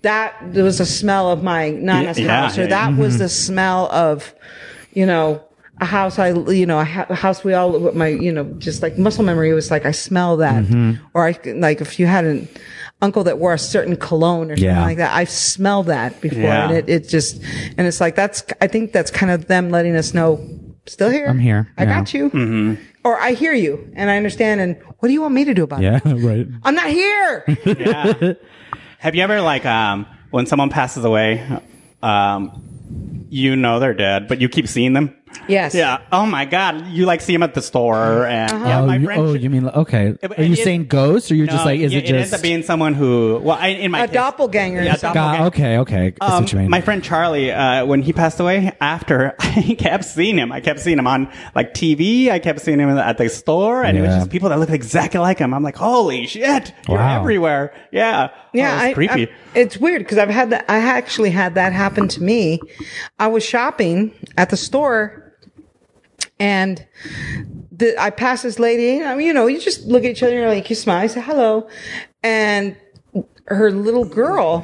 that? There was a smell of my nana's
Y- yeah,
house, or
yeah,
that was
Mm-hmm.
the smell of, you know. A house I, you know, a ha- a house we all, what my, you know, just like muscle memory was like, I smell that.
Mm-hmm.
Or I, c- like, if you had an uncle that wore a certain cologne or something
Yeah.
like that, I've smelled that before.
Yeah.
And it, it just, and it's like, that's, I think that's kind of them letting us know, still here.
I'm here."
I
Yeah.
got you.
Mm-hmm.
Or I hear you and I understand. And what do you want me to do about it?
Yeah. Right.
I'm not here.
Have you ever like um when someone passes away, um you know they're dead, but you keep seeing them?
yes.
Yeah. Uh-huh. Oh my god, you like see them at the store and yeah,
oh,
my
you,
friend
oh, you mean like- okay?
It-
Are you
it-
saying ghosts, or you're just
No,
like, is it
It ends up
just
being someone who, well, I, in my
A
case-
doppelganger or
Yeah,
something.
God? Okay, okay. I see
Um,
what you mean.
My friend Charlie, uh, when he passed away, after I kept seeing him, I kept seeing him on like TV. I kept seeing him at the store, and it was
Yeah.
just people that looked exactly like him. I'm like, holy shit, you're
Wow.
everywhere. Yeah,
Yeah,
oh, it's
I-
creepy.
I- it's weird because I've had that. I actually had that happen to me. I was shopping at the store, and the, I passed this lady. I mean, you know, you just look at each other. You're like, you smile, you say hello, and her little girl.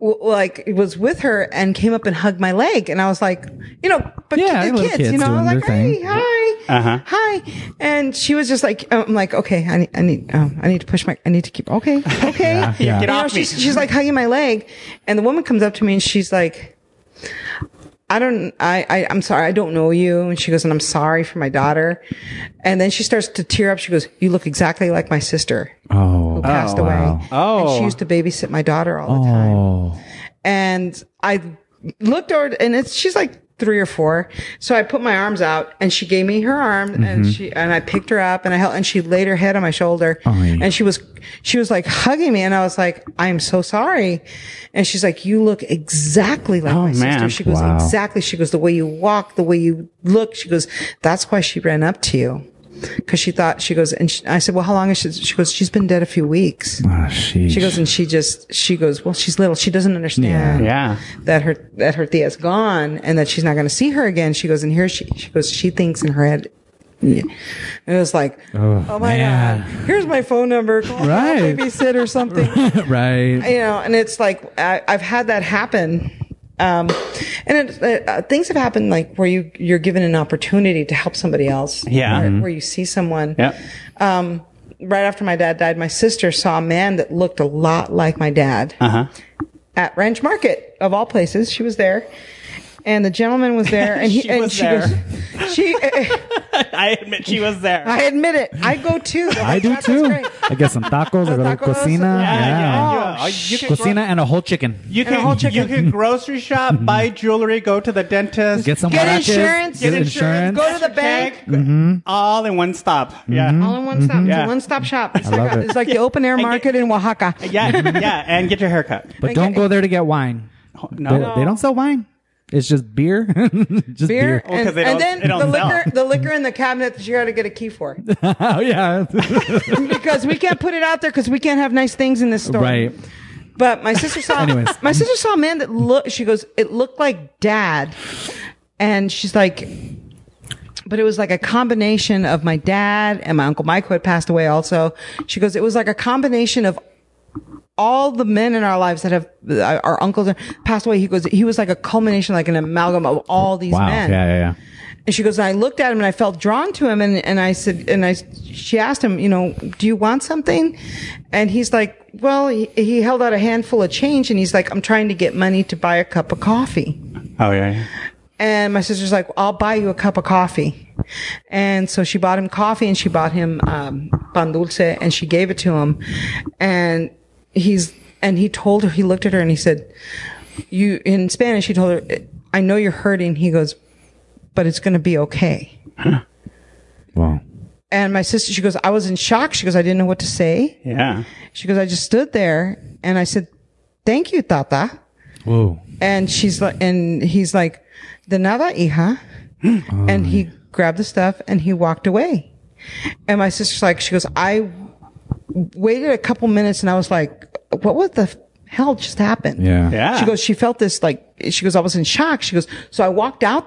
w- Like was with her and came up and hugged my leg, and I was like, you know, but
Yeah,
the
little
kids,
kids
you know, I was
doing
like,
their
hey,
thing.
hi,
Uh-huh.
hi, and she was just like, um, I'm like, okay, I need, I need, oh, I need to push my, I need to keep, okay, okay,
yeah.
Get
you know,
off me.
she's, she's like hugging my leg, and the woman comes up to me and she's like, "I don't, I, I, I'm sorry, I don't know you." And she goes, "And I'm sorry for my daughter," and then she starts to tear up. She goes, "You look exactly like my sister
oh,
who passed away,
wow.
Oh.
and she used to babysit my daughter all the time."
Oh,
and I looked over and it's she's like three or four. So I put my arms out and she gave me her arm and she and I picked her up and I held and she laid her head on my shoulder
Ay.
and she was she was like hugging me and I was like, I'm so sorry. And she's like, You look exactly like my sister.
man.
She goes,
Wow.
Exactly. She goes, the way you walk, the way you look. She goes, That's why she ran up to you. Cause she thought she goes, and she, I said, well, how long is she? She goes, she's been dead a few weeks.
oh sheesh.
She goes and she just she goes, well, she's little. She doesn't understand
Yeah.
that her that her tia's gone and that she's not going to see her again. She goes and here she she goes. She thinks in her head. Yeah. It was like, oh, my
man.
god, here's my phone number. Call right,
Right.
babysit or something.
right.
you know, and it's like I, I've had that happen. Um, and it, uh, uh, things have happened like where you you're given an opportunity to help somebody else.
Yeah.
where, where you see someone.
Yeah.
Um, right after my dad died, my sister saw a man that looked a lot like my dad
Uh huh.
at Ranch Market of all places. She was there, and the gentleman was there, and he
She
and
was
she
there.
goes, she.
I admit she was there.
I admit it. I go too.
I do
That's
too.
great.
I get some tacos. I go to
Tacos.
cocina.
yeah, yeah.
Yeah.
yeah. Oh, you can
Cocina and a whole chicken.
You
And a whole
can
chicken.
you can grocery shop, buy jewelry, go to the dentist,
Get some
Get
huaraches,
insurance.
Get
Get
insurance.
Go to the bank.
Mm-hmm.
all in one stop. Yeah.
All in one stop. It's
Yeah.
a one stop shop. It's,
I
like,
love
a-
it.
it's like the open air market in Oaxaca.
Yeah, yeah, and get your haircut. Oh,
But don't go there to get wine.
No.
They, they don't sell wine. It's just beer. just
Beer,
beer.
Oh, 'cause
and,
they
and
don't-
then
they don't
the
sell.
liquor, the liquor in the cabinet that you got to get a key for,
oh yeah.
because we can't put it out there because we can't have nice things in this store.
right.
But my sister saw
Anyways.
my sister saw a man that looked she goes, it looked like dad. And she's like but it was like a combination of my dad and my uncle Mike who had passed away also. She goes, it was like a combination of all the men in our lives that have our uncles are- passed away. He goes, he was like a culmination, like an amalgam of all these
Wow.
men.
Yeah, yeah,
And she goes, I looked at him and I felt drawn to him. And, and I said, and I, she asked him, you know, do you want something? And he's like, well, he, he held out a handful of change and he's like, I'm trying to get money to buy a cup of coffee.
Oh yeah. yeah.
And my sister's like, I'll buy you a cup of coffee. And so she bought him coffee and she bought him, um, pan dulce and she gave it to him. And he's, and he told her, he looked at her and he said, you, in Spanish, he told her, I know you're hurting. He goes, but it's going to be okay.
yeah. Wow.
And my sister, she goes, I was in shock. She goes, I didn't know what to say.
Yeah.
She goes, I just stood there and I said, thank you, Tata.
Whoa.
And she's like, and he's like, de nada, hija. and he grabbed the stuff and he walked away. And my sister's like, she goes, I waited a couple minutes and I was like, what was the f- hell just happened?
Yeah.
Yeah.
She goes, she felt this like, she goes, I was in shock. She goes, so I walked out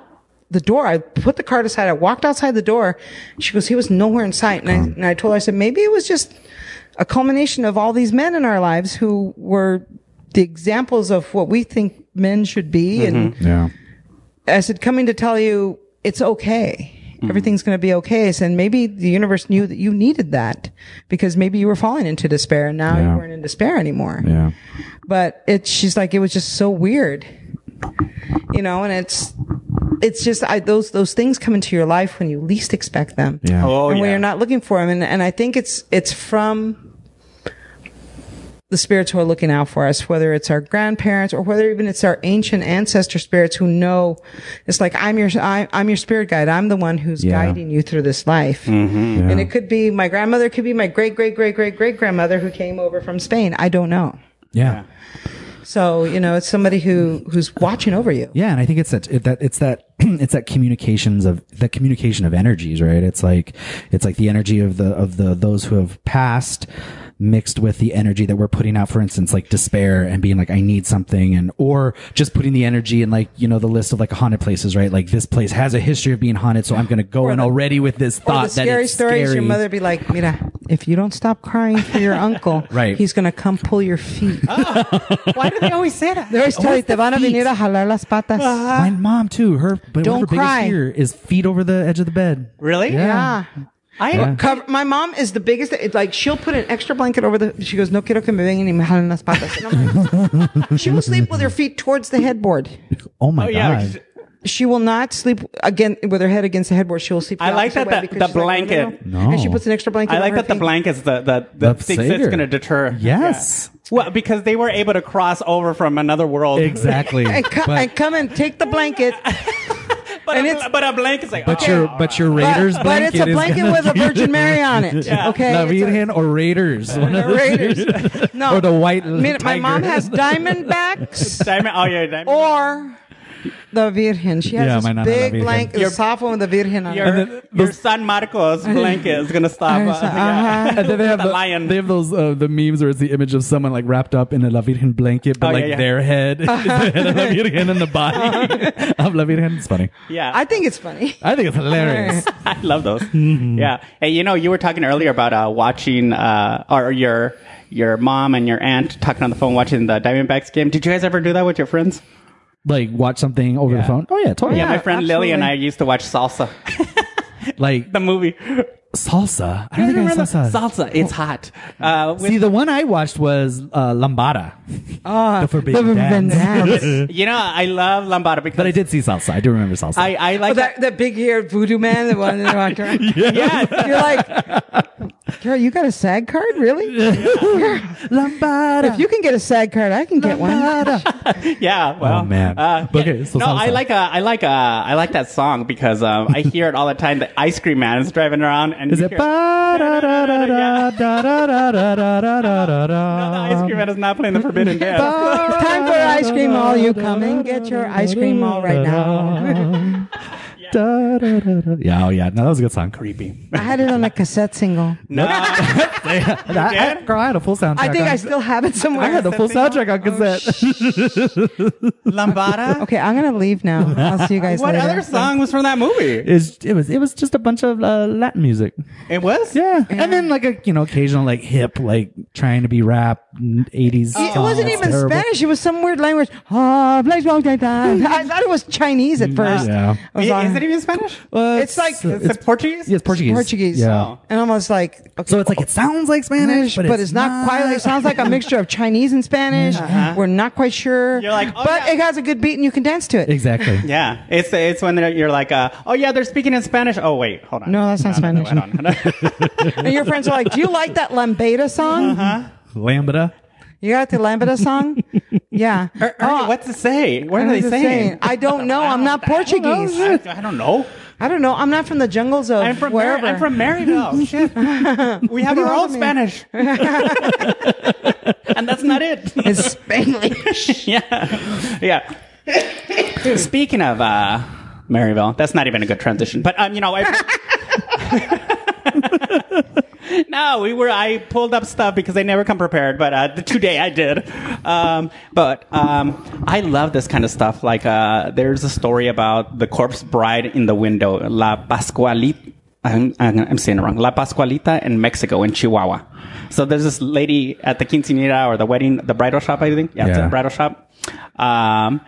the door. I put the cart aside. I walked outside the door. She goes, he was nowhere in sight. And I, and I told her, I said, maybe it was just a culmination of all these men in our lives who were the examples of what we think men should be. And
Yeah.
I said, coming to tell you it's okay.
Mm-hmm.
Everything's going to be okay. And maybe the universe knew that you needed that because maybe you were falling into despair and now
Yeah.
you weren't in despair anymore
Yeah.
but it she's like it was just so weird you know and it's it's just I, those those things come into your life when you least expect them
Yeah.
Oh
and when
yeah.
you're not looking for them and, and i think it's it's from the spirits who are looking out for us whether it's our grandparents or whether even it's our ancient ancestor spirits who know it's like i'm your I, i'm your spirit guide i'm the one who's
Yeah.
guiding you through this life
Mm-hmm.
and it could be my grandmother it could be my great great great great great grandmother who came over from spain i don't know
Yeah.
so you know, it's somebody who who's watching over you.
Yeah, and I think it's that it, that it's that it's that communications of that communication of energies, right? It's like it's like the energy of the of the those who have passed mixed with the energy that we're putting out for instance like despair and being like i need something and or just putting the energy in like you know the list of like haunted places right like this place has a history of being haunted so i'm gonna go in
the-
already with this
Or
thought
the scary
that it's
stories,
scary
your mother be like, Mira, if you don't stop crying for your uncle,
Right.
he's gonna come pull your feet.
Ah. Why do they always say that? Ah.
They always tell you, te van a venir a jalar las patas.
my mom too her but
ah, Don't
her
cry.
biggest fear is feet over the edge of the bed
Really?
Yeah.
Uh-huh.
I
Cover, my mom is the biggest. It's like she'll put an extra blanket over the. She goes, "No quiero que me vengan y me jalen las patas." And I'm like, she will sleep with her feet towards the headboard.
oh my
Oh,
god
yeah.
She will not sleep again with her head against the headboard. She will sleep. the
I like
opposite
that
way
the-
because
the
she's like, "No, no,
blanket-
no."
No.
And she puts an extra blanket.
I
over
like
her
that the
feet.
blankets the the the,
The
things
savior.
that's going to deter.
Yes.
Yeah. Well, because they were able to cross over from another world.
exactly
And, co-
But-
and come and take the blanket.
but,
And
a,
it's-
but a blanket's like.
But
oh,
your but your
But-
Raiders
but,
blanket
it's a
is
blanket
gonna
with a
be
Virgin Mary on it.
Yeah.
Okay.
La
It's a-
Virgen or Raiders. One of the
Raiders. No.
Or the white
I mean, My
tiger.
mom has diamondbacks
diamond. Oh yeah, diamond.
or the Virgin. She has
Yeah,
this
my nana, la
big
Virgen.
blanket,
Your-
this soft one with the Virgin on
your,
it.
your San Marcos blanket is going to stop.
There's
Uh,
a-
yeah.
uh-huh.
And then they have
The
the,
lion.
They have those uh, the memes where it's the image of someone like wrapped up in a La Virgen blanket, but
Oh, yeah,
like
yeah.
their head is the head of La Virgen and the body of La Virgen. It's funny.
yeah.
I think it's funny.
I think it's hilarious.
I love those.
Mm-hmm.
Yeah. Hey, you know, you were talking earlier about uh, watching uh, or your your mom and your aunt talking on the phone watching the Diamondbacks game. Did you guys ever do that with your friends?
like watch something over the Oh,
Yeah.
phone. Oh yeah, totally.
Yeah, my friend Lily and I used to watch Salsa,
Like
the movie.
salsa. I don't think I
Remember
saw salsa. Oh.
salsa. It's hot. Uh, with-
See, the one I watched was uh, Lambada.
Ah,
The Forbidden
Forbidden
Dance.
Dance.
you know, I love lambada because
But I did see salsa. I do remember salsa.
I, I
Oh,
like
that, that big haired voodoo man, the one in the rock
Yeah,
You're like, Carol, you got a SAG card? Really?
Lambada.
If you can get a SAG card, I can get one.
yeah. Well,
Oh, man.
Uh,
Okay,
yeah.
so
no,
salsa.
I like uh, I like uh, I like that song because um, I hear it all the time. The ice cream man is driving around and
Is
you
it
hear-
ba da da da da da da da da da da da
Oh, No, the ice
da
cream man is not playing the forbidden dance.
It's time for ice cream all. You come and get your ice cream all right now.
da da da da. Yeah, oh yeah, no, that was a good song. Creepy.
I had it on a cassette single.
No,
I, I, girl, I Oh, had a full soundtrack.
I think
on,
I still have it
I
somewhere.
had the full soundtrack on cassette.
lambada.
Okay, I'm gonna leave now. I'll see you guys
What
later.
other song was from that movie?
It's, it was it was just a bunch of uh, Latin music.
It was.
Yeah. and then like a you know occasional like hip like trying to be rap eighties.
It wasn't even Spanish. It was some weird language. Oh, blah, blah, blah, blah. I thought it was Chinese at first.
Yeah.
I was
I-
on-
Is it even Spanish?
It's
Is
like-
it Portuguese?
yeah, uh, it's Portuguese.
Portuguese.
Yeah.
Oh.
And I'm almost like, okay,
So it's like it sounds like Spanish,
Spanish, but, it's, not, quite like, it sounds like a mixture of Chinese and Spanish. We're not quite sure.
You're like, oh,
but
yeah.
it has a good beat and you can dance to it.
exactly.
Yeah, it's it's when they're- you're like, uh, oh yeah, they're speaking in Spanish. Oh wait, hold on.
No, that's not Spanish.
Hold on.
And your friends are like, do you like that Lambada song?
Lambda.
You got the Lambada song? yeah.
Er,
Oh,
Ernie, what's it say? What are
I'm
they
just
Ah. saying?
saying, I don't know. I'm not Portuguese.
I, I don't know.
I don't know. I'm not from the jungles of
I'm from Mar-
wherever.
I'm from Maryville. Shit. We have
do you
our
want
own
from me?
Spanish, and that's not it.
It's Spanglish.
yeah, yeah. Speaking of uh, Maryville, that's not even a good transition. But um, you know, I. no, we were. I pulled up stuff because they never come prepared. But uh, the today I did. Um, but um, I love this kind of stuff. Like uh, there's a story about the corpse bride in the window, La Pascualita. I'm, I'm, I'm saying it wrong. La Pascualita in Mexico, in Chihuahua. So there's this lady at the quinceanera or the wedding, the bridal shop, I think. Yeah, it's a
Yeah.
bridal bridal shop um,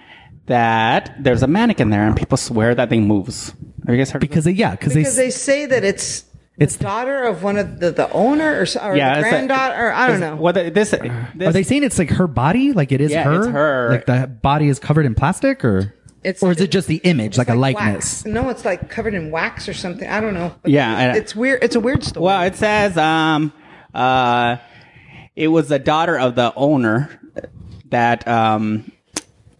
that there's a mannequin there and people swear that thing moves. Have you guys heard? of
Because they, yeah, because
Because
they,
they say that it's
It's-
it's daughter of one of the, the owner or, so- or
this? Yeah,
the
it's a-
granddaughter or I don't
it's-
know.
Well, th- this, this
Uh, are they saying it's like her body? Like it is
Yeah,
her?
it's her.
Like the body is covered in plastic or?
It's-
or is it just the image, like,
It's
a
wax.
likeness?
No, it's like covered in wax or something. I don't know. But
Yeah, I-
it's weird. It's a weird story.
Well, it says um, uh, it was the daughter of the owner that um,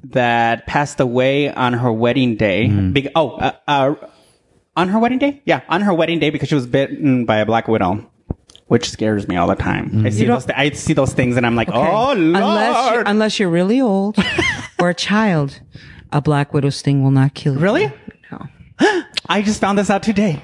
that passed away on her wedding day.
Hmm.
Big, oh, uh, uh, on her wedding day? Yeah, on her wedding day because she was bitten by a black widow. Which scares me all the time.
Hmm.
I see
You don't-
those. Th- I see those things, and I'm like,
Okay.
"Oh Lord!"
Unless you're, unless you're really old or a child, a black widow sting will not kill you.
Really?
No.
I just found this out today.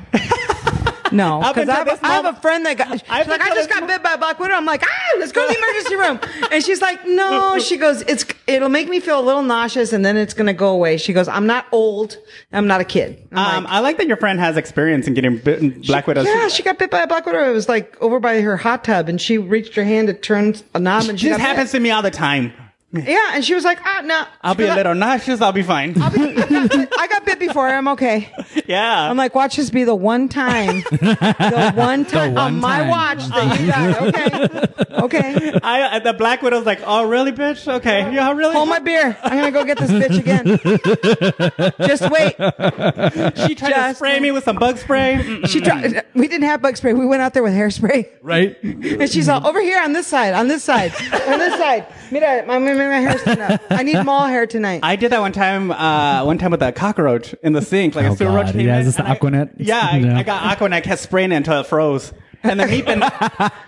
No,
Up
because
until
I, have-
this
I have
moment-
a friend that got. She's
Up
like, I
until
just
this
got bit by a black widow. I'm like, ah, let's go to the emergency room. And she's like, no. She goes, it's it'll make me feel a little nauseous, and then it's gonna go away. She goes, I'm not old. I'm not a kid. I'm
Um,
like,
I like that your friend has experience in getting bitten black widows.
yeah, she got bit by a black widow. It was like over by her hot tub, and she reached her hand to turn a knob, and she
this
got
happens to me all the time.
Bit. Yeah, and she was like, ah, no.
I'll
She
be
goes,
a little nauseous. I'll be fine.
"I- I got bit- I got bit before. I'm okay.
yeah.
I'm like, watch this be the one time, the one time
one
on my
time.
watch that you got. Okay, okay.
I, uh, the black widow's like, oh really, bitch? Okay, yeah, really.
Hold my beer. I'm gonna go get this bitch again. Just wait.
she tried to
Just-
spray me with some bug spray. Mm-mm.
She tried. We didn't have bug spray. We went out there with hairspray,
Right?
and she's all over here on this side, on this side, on this side. Mira, my, my, my hair's done up. I need mall hair tonight.
I did that one time. Uh, one time with a cockroach in the sink, like
Oh,
a sewer roach.
God.
came
Yeah,
in
is this the
and I-
Aquanet?
Yeah, I,
Yeah.
I got Aquanet. Kept spraying it until it froze. And then meep and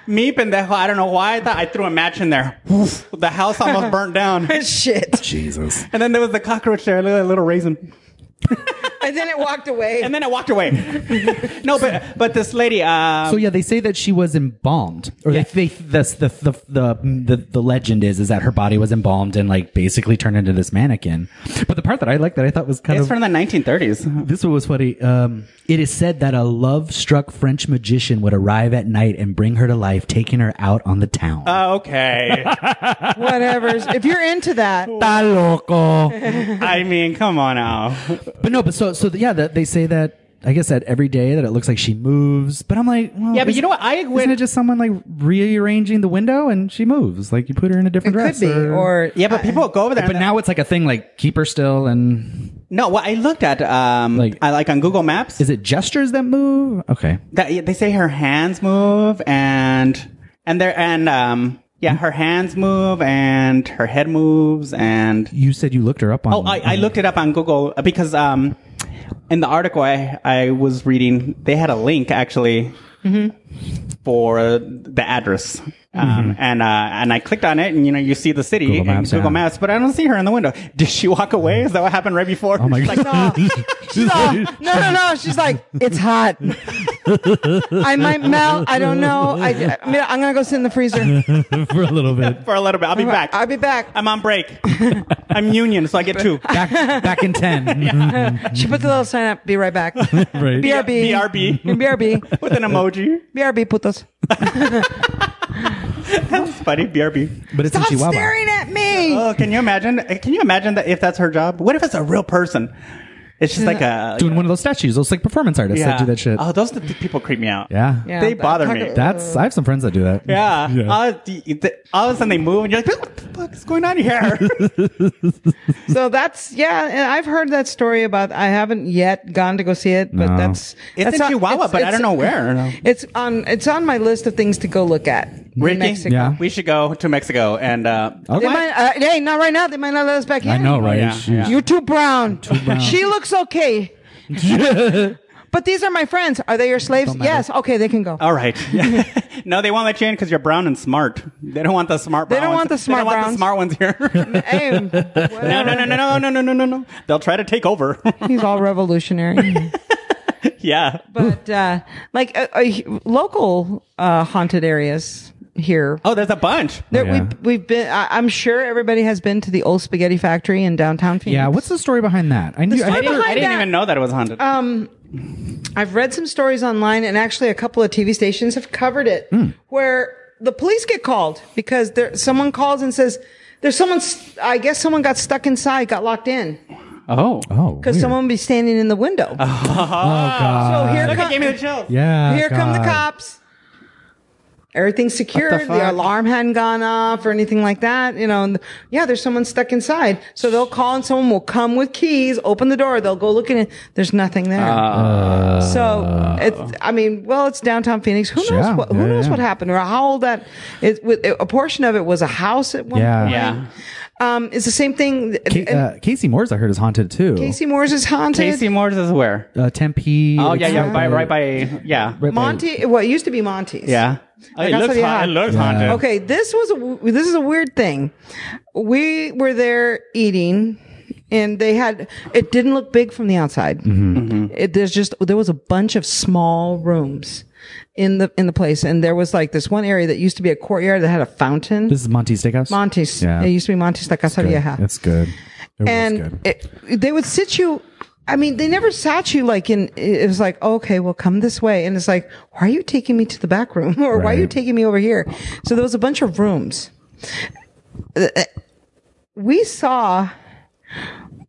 meep and the I don't know why I thought I threw a match in there. Woof. the house almost burnt down.
Shit.
Jesus.
And then there was the cockroach there, a little, little raisin.
And then it walked away.
And then I walked away. no, but but this lady, uh,
So yeah, they say that she was embalmed, or
Yeah.
they, they that's the the, the the the legend is is that her body was embalmed and like basically turned into this mannequin. But the part that I like that I thought was kind
it's
of
from the 1930s.
this one was funny. Um, it is said that a love struck French magician would arrive at night and bring her to life, taking her out on the town.
Ah. Uh, Okay.
Whatever's. If you're into that,
Está loco.
I mean, come on now.
but no, but so so yeah, that they say that I guess that every day that it looks like she moves, but I'm like, well,
Yeah, but
is-
you know what? I
isn't
went-
it just someone like rearranging the window and she moves? Like you put her in a
It
different dress,
could be, or
Yeah, but people go over there.
but
and-
now it's like a thing, like keep her still, and
no, what I looked at, um,
Like-
like, I, like on Google Maps,
is it gestures that move? Okay,
that they say her hands move and and there and um yeah her hands move and her head moves and
you said you looked her up on.
oh I, I looked it up on Google because um in the article I I was reading they had a link actually
Mm-hmm.
for the address. Um, and uh, and I clicked on it, and you know you see the city
Google Maps,
and Google
yeah.
Maps, but I don't see her in the window. Did she walk away? Is that what happened right before?
Oh my
Like,
god!
She's all, no, no, no. She's like, it's hot. I might melt. I don't know. I, I mean, I'm gonna go sit in the freezer.
for a little bit.
for a little bit, I'll be back.
I'll be back.
I'm on break. I'm union, so I get two.
Back, back in ten.
She puts a little sign up. Be right back.
Right.
BRB.
BRB
BRB.
with an emoji.
BRB. Putos.
That's funny. BRB.
But it's
Stop
in Chihuahua.
staring at me.
Oh, can you imagine? Can you imagine that if that's her job? What if it's a real person? It's just like a
Doing one of those statues, those like performance artists
yeah.
that do that shit.
Oh, those th- people creep me out.
yeah.
Yeah,
They
that-
bother
talk-
me.
That's I have some friends that do that.
Yeah. All, the- the- all of a sudden they move and you're like, what the fuck is going on here?
So that's yeah, and I've heard that story about. I haven't yet gone to go see it, but
No.
that's
It's
that's
in
on-
Chihuahua,
it's-
but I
it's-
don't know where.
It's on it's on my list of things to go look at.
Ricky?
Mexico.
Yeah.
We should go to Mexico and uh,
They might, uh, hey, not right now. They might not let us back in.
I know, right?
yeah,
She's-
You're too brown. She looks okay. But these are my friends. Are they your slaves? Yes. Okay, they can go.
all right. no, they won't let you in because you're brown and smart. They don't want the smart.
They
brown
don't want
ones.
the smart
They don't
browns.
want the smart ones here.
Hey,
no, no, no, no, no, no, no, no, no, no. They'll try to take over.
He's all revolutionary.
yeah.
but uh, like uh, uh, local uh, haunted areas here.
Oh, there's a bunch.
There,
yeah.
we've, we've been. I, I'm sure everybody has been to the old spaghetti factory in downtown Phoenix.
Yeah, what's the story behind that? I knew.
I
I,
story-
didn't, I
behind
didn't
that-
even know that Um, it was haunted.
I've read some stories online, and actually, a couple of TV stations have covered it,
Hmm.
where the police get called because there someone calls and says there's someone. s- I guess someone got stuck inside, got locked in
oh.
oh,
because
weird.
someone would be standing in the window.
Oh god.
so here,
Look,
come,
it gave me the chills.
yeah.
here come the
God.
cops. Everything's secured. The,
fuck?
alarm hadn't gone off or anything like that. You know, and yeah, there's someone stuck inside. So they'll call and someone will come with keys, open the door. They'll go look in it. There's nothing there.
Uh.
So it's, I mean, well, it's downtown Phoenix. Who knows
Yeah,
what, who
yeah,
knows
yeah.
what happened or how old that is. With, a portion of it was a house at one
Yeah.
point.
Yeah.
Um, it's the same thing.
Ca- uh, Casey Moore's I heard is haunted too.
Casey Moore's is haunted.
Casey Moore's is where?
uh, Tempe.
Oh yeah,
it's
yeah,
right
by,
by-
right by yeah,
right by-
Monty, well, it used to be Monty's.
yeah. Oh, it
Like,
looks
that's what
haunt-
they
It looks
Yeah.
haunted.
Okay, this was a w this is a weird thing. We were there eating, and they had it didn't look big from the outside.
Mm-hmm.
Mm-hmm. It, there's just there was a bunch of small rooms in the in the place, and there was like this one area that used to be a courtyard that had a fountain.
This is Monty's Steakhouse.
Monty's.
Yeah.
It used to be Monty's La Casa
Good.
Vieja
It's good. It was
and
good.
it, they would sit you. I mean, they never sat you like in. It was like, "Oh, okay, well, come this way, and it's like, why are you taking me to the back room, or why are you
Right.
taking me over here? So there was a bunch of rooms. Uh, uh, We saw,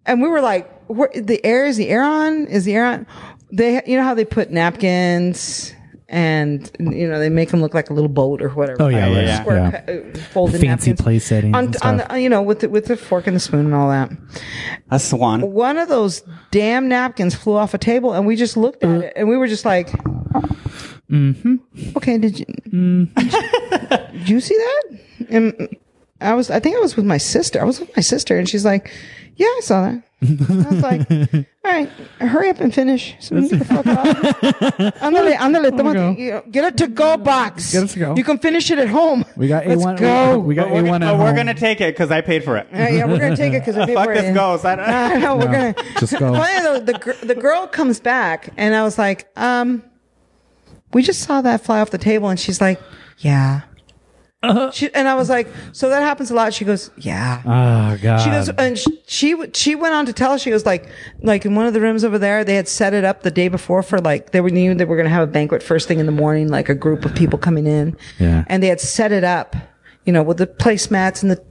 and we were like, where, the air is the air on? Is the air on? They, you know how they put napkins. And you know they make them look like a little boat or whatever.
Oh, yeah,
Like,
right,
yeah.
square
yeah.
cut, uh, folded
Fancy
napkins.
place settings
on,
and
on
stuff.
the, you know with the, with the fork and the spoon and all that
A swan.
one of those damn napkins flew off a table and we just looked at it and we were just like mm-hmm.
Mm-hmm.
okay did you did you see that and i was i think i was with my sister i was with my sister and she's like yeah i saw that i was like all right hurry up and finish so we can get the fuck off Ándale, ándale, toma- you know, get a to go box
Get a to-go.
you can finish it at home
we got
let's
A1.
go
We got
But we're,
A1
gonna,
at
but we're
home.
gonna take it because I paid for it.
Yeah, yeah, we're gonna take it because we paid
Fuck
for
this
it.
goes. I don't-
I know, we're
No,
gonna
just go.
Finally, the, the gr- the girl comes back, and I was like, um, we just saw that fly off the table, and she's like, yeah. She, and I was like, so that happens a lot. She goes, yeah.
Oh god.
She goes, and she, she w- she went on to tell us she was like like in one of the rooms over there they had set it up the day before for like they were knew they were going to have a banquet first thing in the morning like a group of people coming in
Yeah.
and they had set it up you know with the placemats and the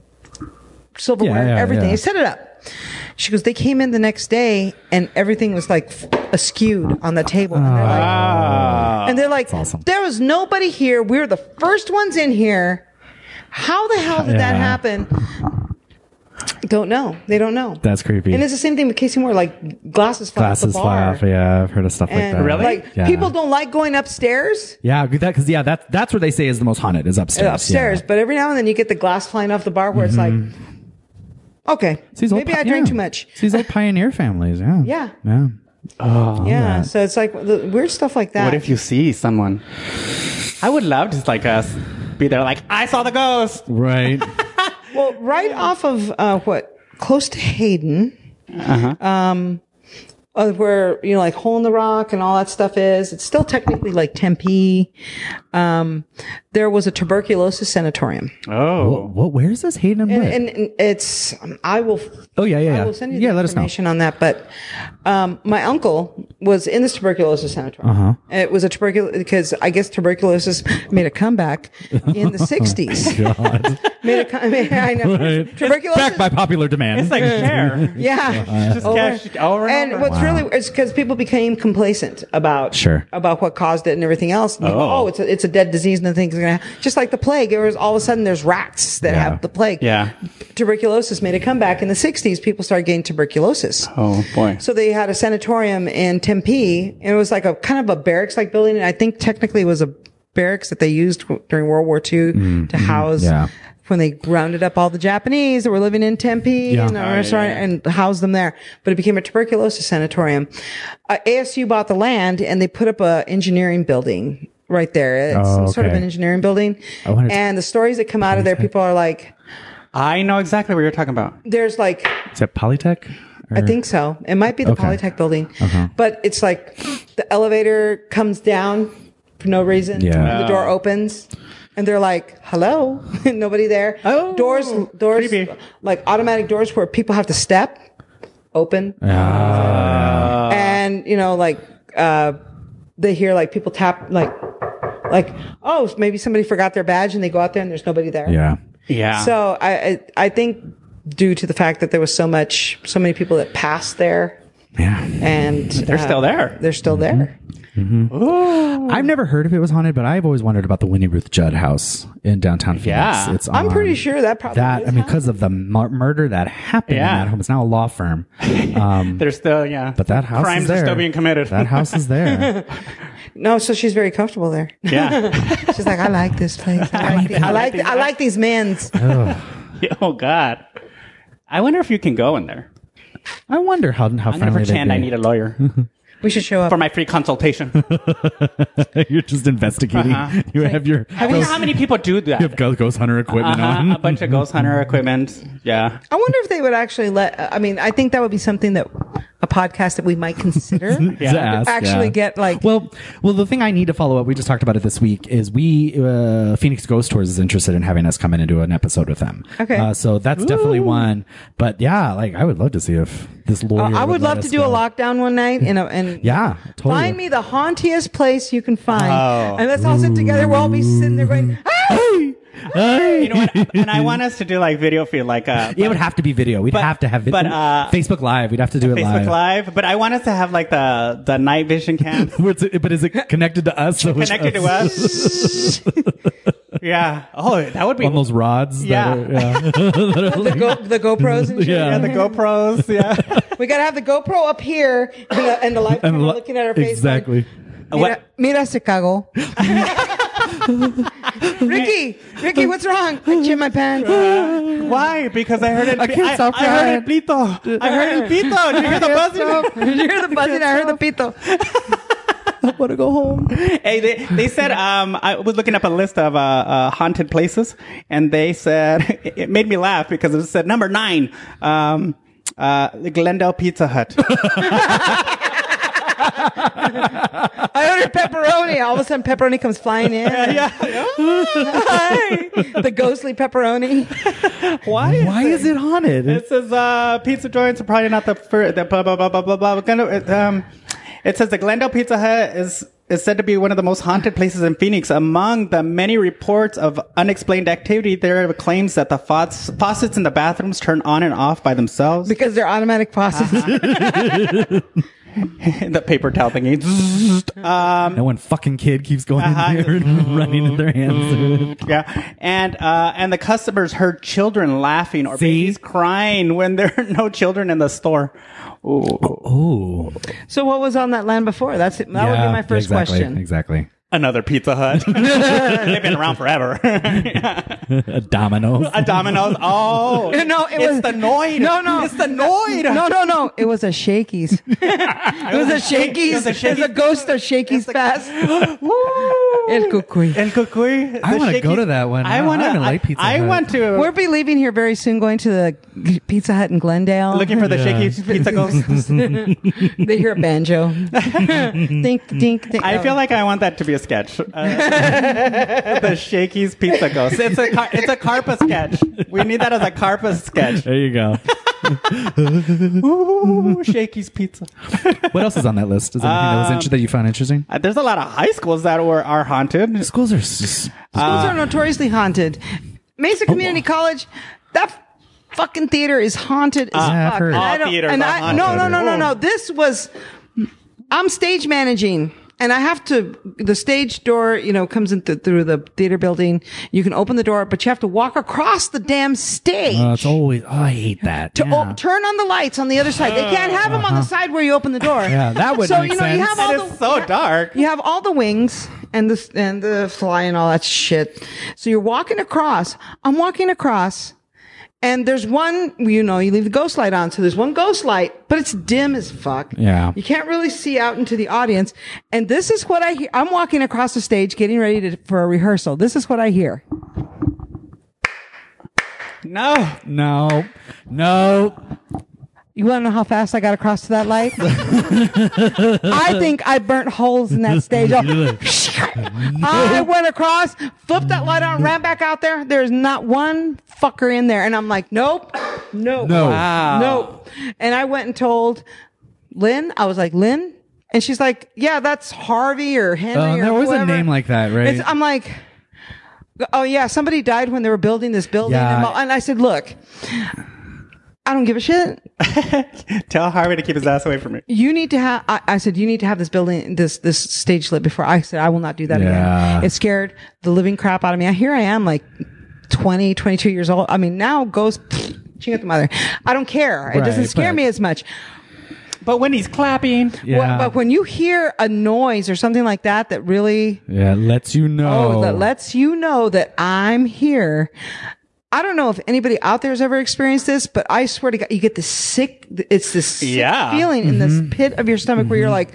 silverware
Yeah,
and
yeah,
everything
yeah.
they set it up it. She goes, they came in the next day and everything was like f- askewed on the table. And they're like, and they're like
Ah. awesome.
there was nobody here. We were the first ones in here. How the hell did that
Yeah.
happen? Don't know. They don't know.
That's creepy.
And it's the same thing with Casey Moore. Like glasses fly
Glasses
off the
fly
bar.
off. Yeah, I've heard of stuff
And
like that.
Really?
Like
Yeah.
people don't like going upstairs.
Yeah, that because yeah, that that's what they say is the most haunted is upstairs.
upstairs.
Yeah.
But every now and then you get the glass flying off the bar where it's like, okay,
Mm-hmm. It's these old
maybe
pi-
I drank
yeah.
too much.
It's these old pioneer families. Yeah.
Yeah.
Yeah.
Yeah. So it's like the weird stuff like that.
What if you see someone? I would love to like us be there like I saw the ghost.
Right.
Well, right off of uh, what close to Hayden,
Uh-huh.
um, uh, where you know, like Hole in the Rock and all that stuff is. It's still technically like Tempe. Um, there was a tuberculosis sanatorium,
Oh.
what? Where is this Hayden? And,
and,
Wood?
and, and it's um, I will.
oh yeah, yeah, yeah.
I will send you
yeah,
the
let us know.
information on that. But um, my uncle was in this tuberculosis sanatorium.
Uh-huh.
It was a tuberculosis because I guess tuberculosis made a comeback in the '60s.
God.
made a com- I, mean, I know
Right.
tuberculosis.
Back by popular demand.
It's like share.
yeah.
Just cash over and,
and
over.
what's really is because people became complacent about
Sure.
about what caused it and everything else. And they go,
Oh.
oh, it's a, it's a dead disease, and nothing's gonna just like the plague. It was all of a sudden there's rats that
Yeah.
have the plague.
Yeah.
tuberculosis made a comeback in the '60s. People started getting tuberculosis.
Oh boy.
So they had a sanatorium in Tempe, and it was like a kind of a barracks like building. And I think technically it was a barracks that they used w- during World War II to house
Mm-hmm. Yeah.
when they rounded up all the Japanese that were living in Tempe and,
Oh,
or, sorry, and housed them there. But it became a tuberculosis sanatorium. Uh, ASU bought the land and they put up a engineering building right there. It's
Oh,
some sort of
okay.
an engineering building.
I wanted to-
And the stories that come out of there, people are like,
I know exactly what you're talking about.
there's like
Is that Polytech?
I think so. It might be the
Okay. Uh-huh.
Polytech building, but it's like the elevator comes down for no reason.
Yeah.
And the door opens, and they're like, "Hello," nobody there.
Oh,
doors, doors,
creepy.
like automatic doors where people have to step open,
Ah.
and you know, like uh, they hear like people tap, like, like oh, maybe somebody forgot their badge, and they go out there, and there's nobody there.
Yeah.
Yeah.
So I, I I think due to the fact that there was so much so many people that passed there
Yeah.
and they're
still there.
They're still
Mm-hmm.
there. Oh.
I've never heard if it was haunted, but I've always wondered about the Winnie Ruth Judd house in downtown Phoenix.
Yeah.
It's
I'm
on-
pretty sure that probably
Um, that
is
I mean
happening.
because of the mur- murder that happened
Yeah.
in that home. It's now a law firm. Um,
There's still yeah.
but that house
crimes
is there.
are still being committed.
That house is there.
no, so she's very comfortable there.
yeah.
She's like, I like this place. I like, the, I like, the, I like these men's.
oh god. I wonder if you can go in there.
I wonder how how
I'm gonna
friendly
pretend
they'd
I
be.
need a lawyer
We should show up.
for my free consultation.
You're just investigating.
Uh-huh.
You have your
I wonder how many people do that.
you have ghost, ghost hunter equipment
Uh-huh, a
on.
bunch of ghost hunter equipment. Yeah.
I wonder if they would actually let. I mean, I think that would be something that a podcast that we might consider.
to ask,
Actually
yeah.
get, like-
well well the thing i need to follow up we just talked about it this week is we uh, phoenix ghost tours is interested in having us come in and do an episode with them
Okay.
uh, so that's definitely one but yeah like i would love to see if this lawyer
Uh, I would
let
love
us
to do
go.
a lockdown one night and a, and
yeah totally
Find me the hauntiest place you can find,
Oh.
and let's all sit together. We'll all be sitting there going, "Ah!"
You know what? And I want us to do like video feed, like uh,
It would have to be video. We'd
But-
have to have video.
but, uh,
Facebook Live. We'd have to do it
Facebook
live.
live. But I want us to have like the the night vision cams
Where it's- but is it connected to us? So it's
connected to
us
us. yeah. Oh, that would be
On those rods.
Yeah.
That are, yeah.
the, Go- Oh, the GoPros and shit.
Yeah.
yeah, the GoPros. Yeah.
We gotta have the GoPro up here and the, and the live
And
camera
li-
looking at our face.
Exactly.
Going, mira,
What-
mira Chicago. Ricky, Ricky, what's wrong? I shit my pants.
Why? Because I heard it.
I can't stop
I heard it,
crying.
Blito. I heard it, Blito. Did you hear the buzzing?
Did you hear the buzzing? I heard the pito.
I want to go home.
Hey, they, they said um, I was looking up a list of uh, uh, haunted places, and they said it, made me laugh because it said number nine, um, uh, the Glendale Pizza Hut.
I ordered pepperoni. All of a sudden, pepperoni comes flying in. Hi. the ghostly pepperoni.
Why? Is
Why
it?
is it haunted?
It says uh, pizza joints are probably not the first. The blah blah blah blah blah blah. Glendale, it, um, it says the Glendale Pizza Hut is is said to be one of the most haunted places in Phoenix. Among the many reports of unexplained activity, there are claims that the fa- faucets in the bathrooms turn on and off by themselves.
because they're automatic faucets.
the paper towel thingy.
no one fucking kid keeps going
Uh-huh.
in there and running in their hands. through it.
yeah, and uh, and the customers heard children laughing or
See?
babies crying when there are no children in the store. Ooh.
Oh,
so what was on that land before? That's it. that would be my first
exactly,
question.
Exactly.
Another Pizza Hut. They've been around forever.
A domino.
A Domino's. Oh,
No, it
it's
was-
the Noid.
No, no.
it's the Noid.
No, no, no. It was a Shakey's. it was a
It
Shakey's.
was a
It was a
Shakey's.
ghost of Shakey's Pass. El
El
Cucuy.
El Cucuy.
I
The
wanna go
Shakey's.
to that one.
I
I-
want
I
to.
really like Pizza
I
Hut.
want to.
We'll be leaving here very soon, going to the Pizza Hut in Glendale.
looking for the
Yeah.
shaky pizza ghosts.
they hear a banjo. think, think, think.
I feel like I want that to be a sketch. Uh, the Shakey's Pizza Ghost. It's a car- it's a Carpa sketch. We need that as a Carpa sketch.
There you go.
Ooh, Shakey's Pizza.
What else is on that list? Is there anything that
Um,
was inter- that you found interesting?
Uh, There's a lot of high schools that were are haunted.
Schools are. s- s-
Schools are notoriously haunted. Mesa
Oh.
Community College, that f- fucking theater is haunted as
Yeah, Uh, I've
fuck.
heard.
And
All
I don't-
theaters
and
are
I- no, no,
haunted.
no, no,
Oh.
no. This was, I'm stage managing. And I have to, the stage door, you know, comes in th- through the theater building. You can open the door, but you have to walk across the damn stage.
Uh, it's always. Oh, I hate that.
to
yeah. Uh-huh.
op- turn on the lights on the other side. They can't have them on the side where you open the door.
Yeah, that would
so
make
you know you
sense.
have all
It
the
is so dark.
you have all the wings and the and the fly and all that shit. So you're walking across. I'm walking across, and there's one. You know, you leave the ghost light on, so there's one ghost light, but it's dim as fuck.
Yeah.
you can't really see out into the audience. And this is what I hear. I'm walking across the stage, getting ready to, for a rehearsal. This is what I hear.
No.
No, no.
You want to know how fast I got across to that light? I think I burnt holes in that stage. Oh, I went across, flipped that light on, ran back out there. There's not one fucker in there. And I'm like, nope, nope,
No.
nope. And I went and told Lynn, I was like, Lynn? And she's like, yeah, that's Harvey or Henry.
Uh,
or
there was a
whoever."
name like that, right?
It's, um, I'm like, oh yeah, somebody died when they were building this building.
Yeah.
And mo- And I said, look, I don't give a shit
Tell Harvey to keep his ass away from me.
you need to have I, I said you need to have this building this this stage lit before i said i will not do that
Yeah.
again it scared the living crap out of me here i am like 20 22 years old i mean now ghosts ching at the mother i don't care it doesn't
Right,
scare
but-
me as much
But when he's clapping,
yeah.
but, but when you hear a noise or something like that that really
yeah, it lets you know.
oh that lets you know that i'm here I don't know if anybody out there has ever experienced this, but I swear to God, you get this sick, it's this sick
Yeah.
feeling in this
Mm-hmm.
pit of your stomach where you're like,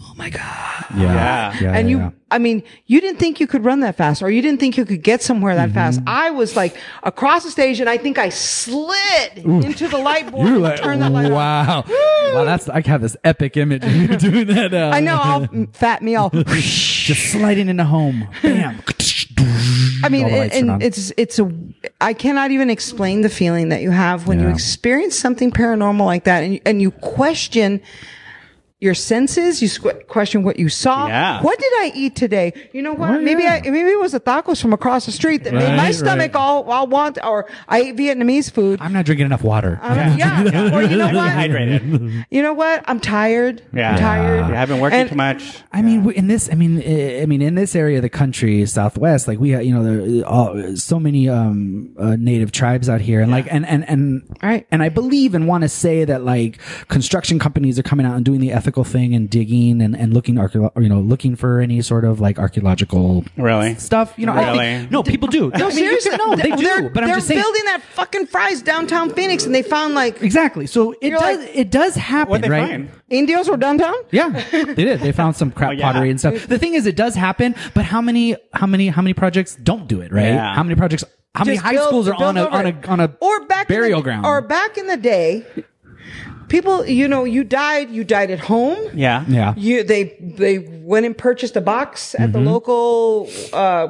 oh my God.
Yeah. yeah. yeah,
and you
yeah.
i mean you didn't think you could run that fast or you didn't think you could get somewhere
Mm-hmm.
that fast i was like across the stage and i think i slid into the light board
You're
and
like,
turned that light on
wow, wow. That's I have this epic image of you doing that. Uh,
i know all fat me all
just sliding into home. Bam.
i mean
All the
it,
lights are on.
and it's it's a i cannot even explain the feeling that you have when you
Yeah.
experience something paranormal like that and, you- and you question your senses, you squ- question what you saw.
Yeah.
What did I eat today? You know what?
Oh,
maybe
yeah.
I maybe it was the tacos from across the street that made
Right,
my
right.
stomach all all want, or I ate Vietnamese food.
I'm not drinking enough water.
I don't- Uh, yeah. Or you know what?
hydrated.
You know what? I'm tired.
Yeah.
I'm tired.
Yeah, I've been working
And-
too much.
I mean, we- in this, I mean, uh, I mean, in this area of the country, Southwest, like we, ha- you know, there are uh, so many um, uh, native tribes out here, and like, and and and
Right.
and I believe and want to say that like construction companies are coming out and doing the ethical thing and digging and and looking archeo- or, you know, looking for any sort of like archaeological
Really?
stuff. You know, I think-
Really?
no, people do. I
No,
mean, you
seriously.
can- no, they do.
They're,
But I'm
they're
just saying.
building that fucking fries downtown Phoenix, and they found like
Exactly. So it
You're
does.
like-
it does happen,
What they
right?
find?
Indios were downtown.
Yeah, they did. They found some crap
Oh, yeah.
pottery and stuff. The thing is, it does happen, but how many, how many, how many projects don't do it, right?
Yeah.
How many projects? How many
Just
high
build-
schools are on
build
a,
over
on a
it.
on a
or back in the-
burial ground?
or back in the day? People, you know, you died. You died at home.
Yeah.
yeah, Mm-hmm.
You they they went and purchased a box at the local uh,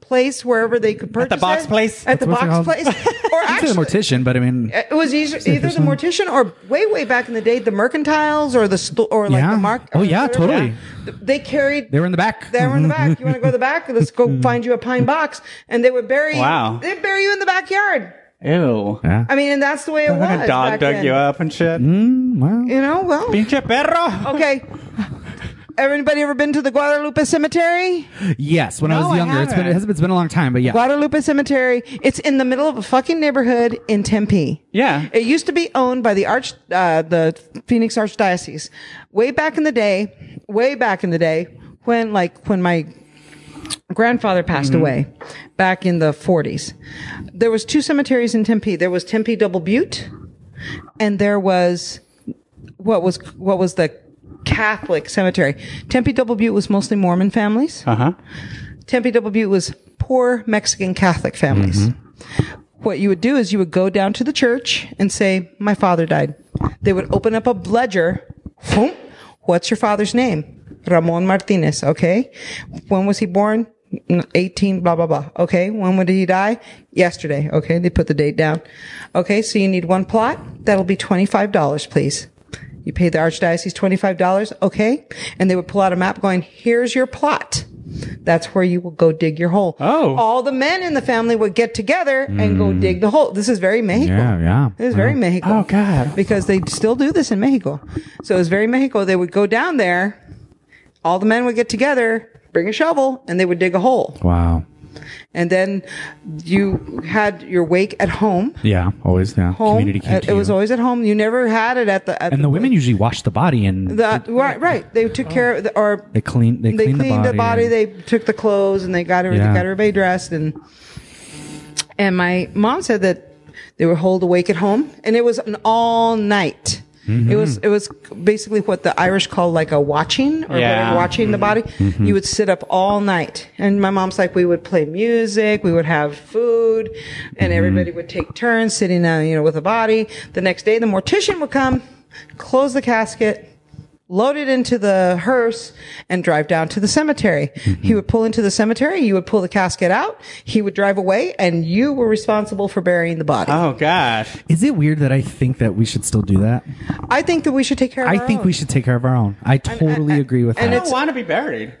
place wherever they could purchase
the box
it.
place?
At the
What's it called?
box place. Or
I'm
actually, Eh,
a mortician, but I mean,
it was either, either the mortician or way way back in the day the mercantiles or the sto- or like
Yeah.
the mark.
Oh, yeah, totally.
They carried.
they were in the back.
They were in the back. You want to go to the back? Let's go find you a pine box, and they would bury.
Wow.
They bury you in the backyard.
Ew.
Yeah.
I mean, and that's the way it was.
Like a dog
back
dug
then.
you up and shit.
Mm, well,
You know, well,
Pinche perro.
okay. Everybody ever been to the Guadalupe Cemetery?
yes, when I
No,
was
I
younger, it's been it
haven't.
has, it's been a long time, but yeah,
Guadalupe Cemetery. It's in the middle of a fucking neighborhood in Tempe.
Yeah.
It used to be owned by the arch, uh, the Phoenix Archdiocese, way back in the day, way back in the day when, like, when my grandfather passed away back in the 40s. There was two cemeteries in Tempe. There was Tempe Double Butte, and there was what was what was the Catholic cemetery. Tempe Double Butte was mostly Mormon families.
Uh huh.
Tempe Double Butte was poor Mexican Catholic families. What you would do is you would go down to the church and say, My father died. They would open up a ledger. Whoom. What's your father's name? Ramon Martinez. Okay. When was he born? N- 18, blah, blah, blah. Okay. When did he die? Yesterday. Okay. They put the date down. Okay. So you need one plot. That'll be $25, please. You pay the archdiocese $25. Okay. And they would pull out a map going, here's your plot. That's where you will go dig your hole.
Oh.
All the men in the family would get together and go dig the hole. This is very Mexico.
Mm. Yeah, yeah.
It was very Mexico.
Oh, God.
Because they still do this in Mexico. So it was very Mexico. They would go down there, all the men would get together, bring a shovel, and they would dig a hole.
wow,
And then you had your wake at home.
yeah, always yeah.
Home.
Community came
it
to
it was
you.
always at home. You never had it at the at
and the women usually wash the body and
the, right, right. They took care of the, or
they clean they,
they
clean
cleaned the body.
and-
They took the clothes and they got every,
Yeah.
they got everybody dressed and and my mom said that they were holed awake at home and it was an all night. It was it was basically what the Irish call like a watching or
Yeah.
whatever, watching the body. You would sit up all night, and my mom's like we would play music, we would have food, and everybody would take turns sitting down, you know, with the body. The next day, the mortician would come, close the casket, load it into the hearse and drive down to the cemetery.
Mm-hmm.
He would pull into the cemetery. You would pull the casket out. He would drive away and you were responsible for burying the body.
Oh, God.
Is it weird that I think that we should still do that?
I think that we should take care of
I
our
think
own.
we should take care of our own. I totally agree with
and
that.
I don't want to be buried.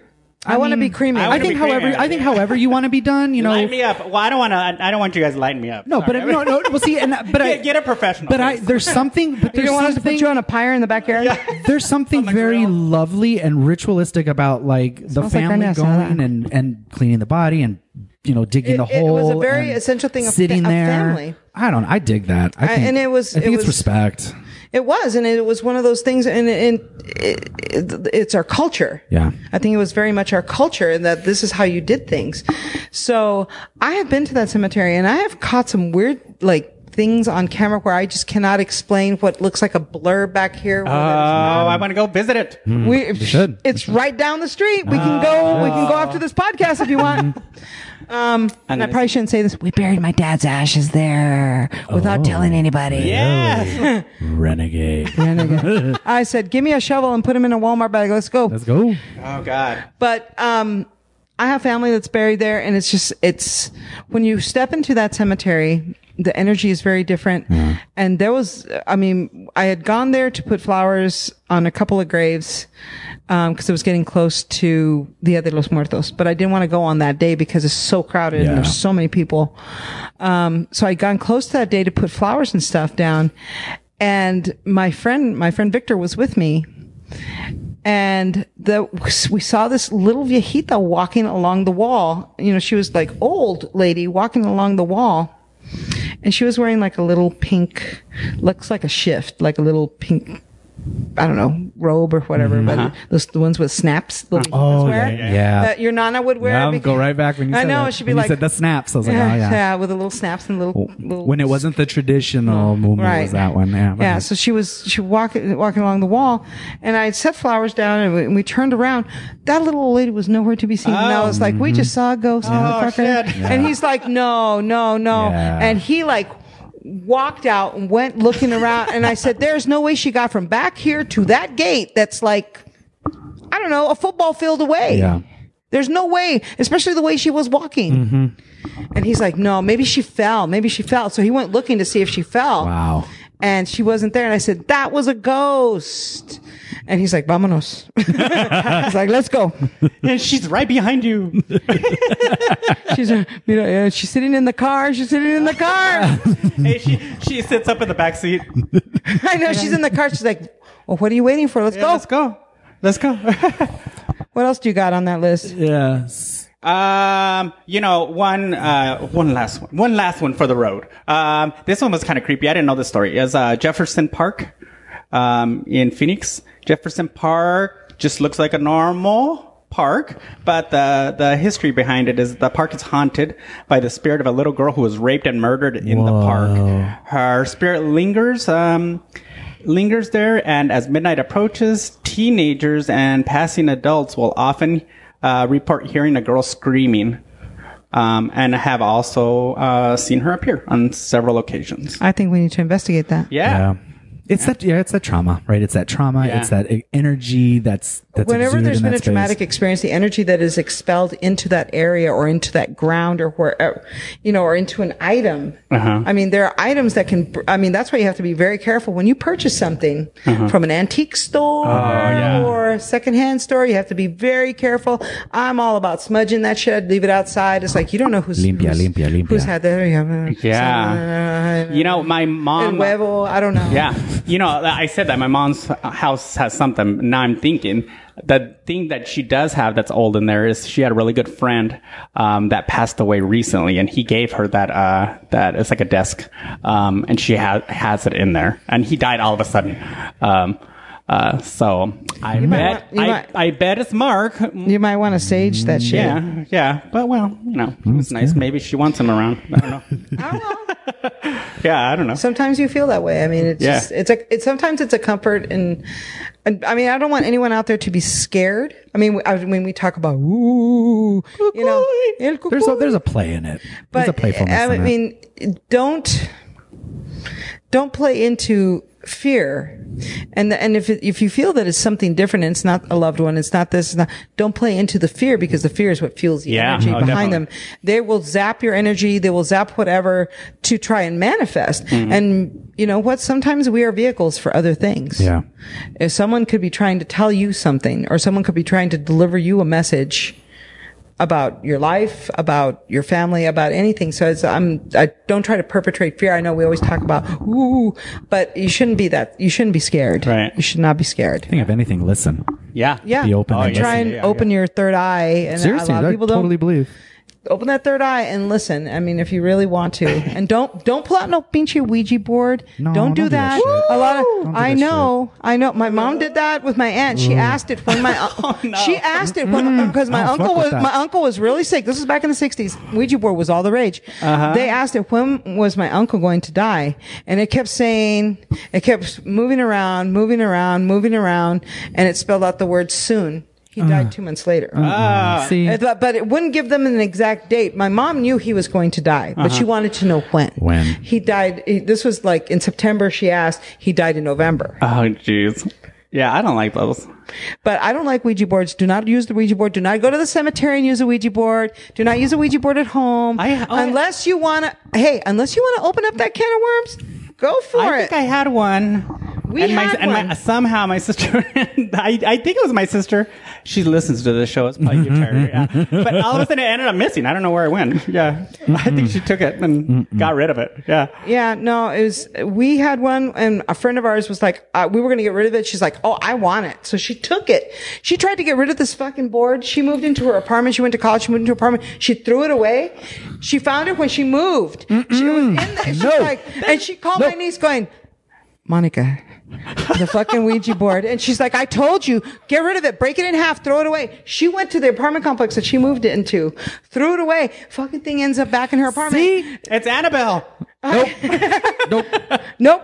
I, want to be creamy.
I
I
wanna
think
be creative.
however I think however you want to be done, you know.
Light me up. Well, I don't want to. I I don't want you guys lighting me up.
No, but I- no, no. Well, see, and but I
Get- get a professional,
But I
please.
there's something. But
you
there's
don't want us to
something.
put you on a pyre in the backyard?
there's something very lovely and ritualistic about like the
smells like
family
Vanessa, huh?
going and and cleaning the body and you know digging
It-
the
it
hole.
was a very
and
essential thing of fa-
sitting
of
there.
family.
I don't. I dig that. I think,
and it was-
I think
it
it's
was-
respect.
It was, and it was one of those things, and, and it, it, it's our culture.
Yeah.
I think it was very much our culture, and that this is how you did things. So I have been to that cemetery, and I have caught some weird, like, things on camera where I just cannot explain what looks like a blur back here. where
Oh,
there's-
I want to go visit it.
Hmm.
we,
Mm-hmm. should. Ah.
It's right down the street. We can go. We can go after this podcast if you want.
Mm-hmm.
Um, and I probably shouldn't say this. We buried my dad's ashes there without
Oh.
telling anybody.
Yes.
Renegade.
I said, "Give me a shovel and put him in a Walmart bag. Let's go."
Let's go.
Oh God.
But um, I have family that's buried there, and it's just it's when you step into that cemetery, the energy is very different. And there was, I mean, I had gone there to put flowers on a couple of graves because it was getting close to Dia de los Muertos, but I didn't want to go on that day because it's so crowded
Yeah.
and there's so many people. Um, so I'd gone close to that day to put flowers and stuff down. And my friend, my friend Victor was with me and the we saw this little viejita walking along the wall. You know, she was like old lady walking along the wall, and she was wearing like a little pink, looks like a shift, like a little pink. I don't know robe or whatever, but those the ones with snaps. The little
Mm-hmm. Uh-huh. Oh,
viejitas wear,
yeah, yeah, yeah.
That your nana would wear.
Yeah, I'll
because-
go right back when you
I
said
know
that.
she'd be
When you
like
said the snaps. I was like, oh
yeah,
yeah.
with the little snaps and little, little
When it wasn't the traditional movement,
right.
was that one? Yeah.
Yeah. So she was she walking walking along the wall, and I had set flowers down, and we, and we turned around. That little old lady was nowhere to be seen, and I was like, "We
Mm-hmm.
just saw a ghost,
Oh,
motherfucker!"
shit.
And he's like, "No, no, no,"
Yeah.
and he like walked out and went looking around, and I said, "There's no way she got from back here to that gate that's like, I don't know, a football field away."
Yeah.
There's no way, especially the way she was walking. And he's like, no, maybe she fell. Maybe she fell. So he went looking to see if she fell.
Wow.
And she wasn't there. And I said, that was a ghost. And he's like, vamonos. he's like, let's go.
and she's right behind you.
She's, uh, you know, yeah, she's sitting in the car. She's sitting in the car.
hey, she she sits up in the back seat.
I know she's in the car. She's like, well, what are you waiting for? Let's
Yeah,
go.
Let's go. Let's go.
What else do you got on that list?
Yeah.
Um, you know, one, uh, one last one, one last one for the road. Um, this one was kind of creepy. I didn't know this story. It was, uh, Jefferson Park, um, in Phoenix. Jefferson Park just looks like a normal park, but the, the history behind it is the park is haunted by the spirit of a little girl who was raped and murdered in the park. Her spirit lingers, um, lingers there, and as midnight approaches, teenagers and passing adults will often uh, report hearing a girl screaming, um, and have also uh, seen her appear on several occasions.
I think we need to investigate that.
Yeah.
Yeah. It's that yeah, it's that trauma, right? It's that trauma.
Yeah.
It's that e- energy that's that's
Whenever
exuded
there's
in
been
that
a
space.
traumatic experience, the energy that is expelled into that area or into that ground or wherever, you know, or into an item. I mean, there are items that can, I mean, that's why you have to be very careful when you purchase something from an antique store or a secondhand store. You have to be very careful. I'm all about smudging that shit. Leave it outside. It's like, you don't know who's,
Limpia,
who's,
limpia, limpia.
who's had that.
Yeah. You know, my
El
mom.
huevo. I don't know.
Yeah. You know, I said that my mom's house has something. Now I'm thinking the thing that she does have that's old in there is she had a really good friend um, that passed away recently, and he gave her that uh, that it's like a desk, um, and she ha- has it in there, and he died all of a sudden. Um, uh, so I
might
bet
want- you
I,
might-
I bet it's Mark.
You might want to sage that shit.
Yeah, yeah. But well, you know, it was nice. Maybe she wants him around. I don't know.
I don't know.
yeah, I don't know.
sometimes you feel that way. I mean, it's
Yeah.
just, it's a, it's sometimes it's a comfort and, and I mean, I don't want anyone out there to be scared. I mean, I, when we talk about, ooh, you know, el
There's a
cucuy.
there's a play in it.
but
there's a playfulness.
I
in it.
mean, don't, don't play into fear. And, the, and if, it- if you feel that it's something different and it's not a loved one, it's not this, it's not, don't play into the fear because the fear is what fuels the
Yeah,
energy
oh, definitely.
behind them. They will zap your energy. They will zap whatever to try and manifest.
Mm-hmm.
And you know what? Sometimes we are vehicles for other things.
Yeah.
If someone could be trying to tell you something or someone could be trying to deliver you a message about your life, about your family, about anything. So it's, I'm, I don't try to perpetrate fear. I know we always talk about, ooh, but you shouldn't be that, you shouldn't be scared.
Right.
You should not be scared.
I think if anything, listen.
Yeah,
Yeah.
Be open Oh, and yeah.
try and
Yeah, yeah.
open your third eye. And
Seriously,
a lot
I
of people
totally
don't
believe.
open that third eye and listen. I mean, if you really want to, and don't don't pull out no pinchy Ouija board.
No,
don't do
don't do that
that.
shit.
a lot of
Don't do
I
that Mm.
know, I know. My mom did that with my aunt. She asked it when my
Oh,
she asked it when because my
I'll Mm. fuck
uncle
with
was
that.
my uncle was really sick. This was back in the sixties. Ouija board was all the rage.
Uh-huh.
They asked it when was my uncle going to die, and it kept saying it kept moving around, moving around, moving around, and it spelled out the word soon. He
Uh.
died two months later.
Ah. See,
Uh, But, but it wouldn't give them an exact date. My mom knew he was going to die, but
Uh-huh.
she wanted to know when.
When.
He died, he- this was like in September, she asked. He died in November.
Oh, jeez. Yeah, I don't like those.
But I don't like Ouija boards. Do not use the Ouija board. Do not go to the cemetery and use a Ouija board. Do not use a Ouija board at home.
I- oh, I-
unless you want to, hey, unless you want to open up that can of worms, go for
I
it.
think I had one.
We
and my,
had
and My,
one.
somehow my sister, I, I think it was my sister. She listens to the show. It's probably you, Terry. Yeah. But all of a sudden it ended up missing. I don't know where it went. Yeah. I think she took it and got rid of it. Yeah.
Yeah, no, it was, we had one and a friend of ours was like, uh, we were going to get rid of it. She's like, oh, I want it. So she took it. She tried to get rid of this fucking board. She moved into her apartment. She went to college. She moved into her apartment. She threw it away. She found it when she moved. She was in there. She's
No.
like, and she called my niece going, Monica, the fucking Ouija board. And she's like, I told you, get rid of it, break it in half, throw it away. She went to the apartment complex that she moved it into, threw it away. Fucking thing ends up back in her apartment.
It's Annabelle.
nope, nope.
Nope.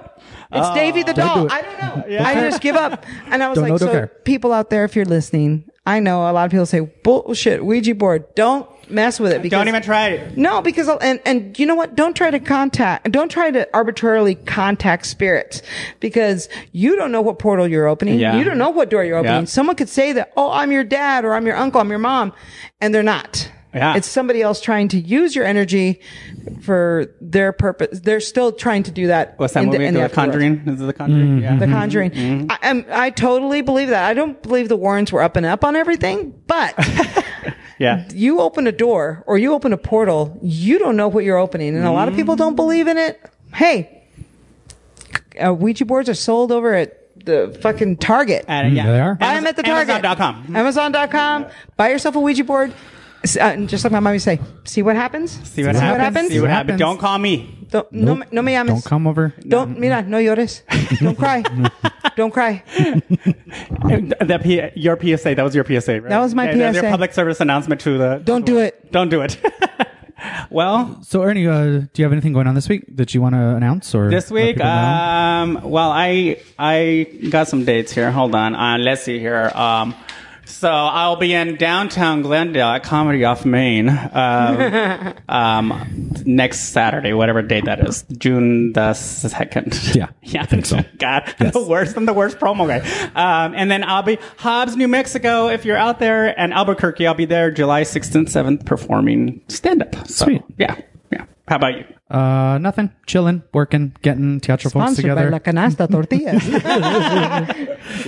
Ah.
It's Davy the
Don't
doll.
do it.
I don't know. I just give up. And I was
Don't
like,
know, don't
so
care.
people out there, if you're listening, I know a lot of people say bullshit Ouija board. Don't mess with it. Because,
Don't even try it.
No, because and and you know what? Don't try to contact. Don't try to arbitrarily contact spirits because you don't know what portal you're opening.
Yeah.
You don't know what door you're opening.
Yeah.
Someone could say that, oh, I'm your dad or I'm your uncle, I'm your mom, and they're not.
Yeah.
It's somebody else trying to use your energy for their purpose. They're still trying to do that.
What's that
in the-
movie?
in
The,
afterworld.
Conjuring? Mm-hmm. Is it The Conjuring? Yeah.
The Conjuring. I, am I totally believe that. I don't believe the Warrens were up and up on everything, but
yeah.
you open a door or you open a portal, you don't know what you're opening. And a lot of people don't believe in it. Hey, uh, Ouija boards are sold over at the fucking Target.
And, yeah.
there they are.
Buy them at the Target.
Amazon.com.
Amazon.com. Buy yourself a Ouija board. S- Uh, and just like my mom used to say, see what happens.
See what, happens. See what happens. Don't call me.
Don't, no,
Nope.
no me ames.
Don't come over.
Don't, mira, no llores. Don't cry. Don't cry.
That P- your PSA. That was your PSA, right?
That was my
Yeah, That was
PSA.
your public service announcement to the.
Don't do it.
Don't do it. well,
So, Ernie, uh, do you have anything going on this week that you want to announce? Or
this
let
week,
people know?
um, well, I I got some dates here. Hold on. Uh, let's see here. Um, so I'll be in downtown Glendale at Comedy Off Main uh, um, next Saturday, whatever date that is, June the second.
Yeah,
yeah,
I think so.
God, the worst and the worst promo guy. Um, and then I'll be Hobbs, New Mexico, if you're out there, and Albuquerque. I'll be there July sixth and seventh performing stand up. So,
Sweet.
Yeah, yeah. How about you?
uh, nothing, chilling, working, getting teatro points
Sponsored by
together.
La Canasta Tortillas.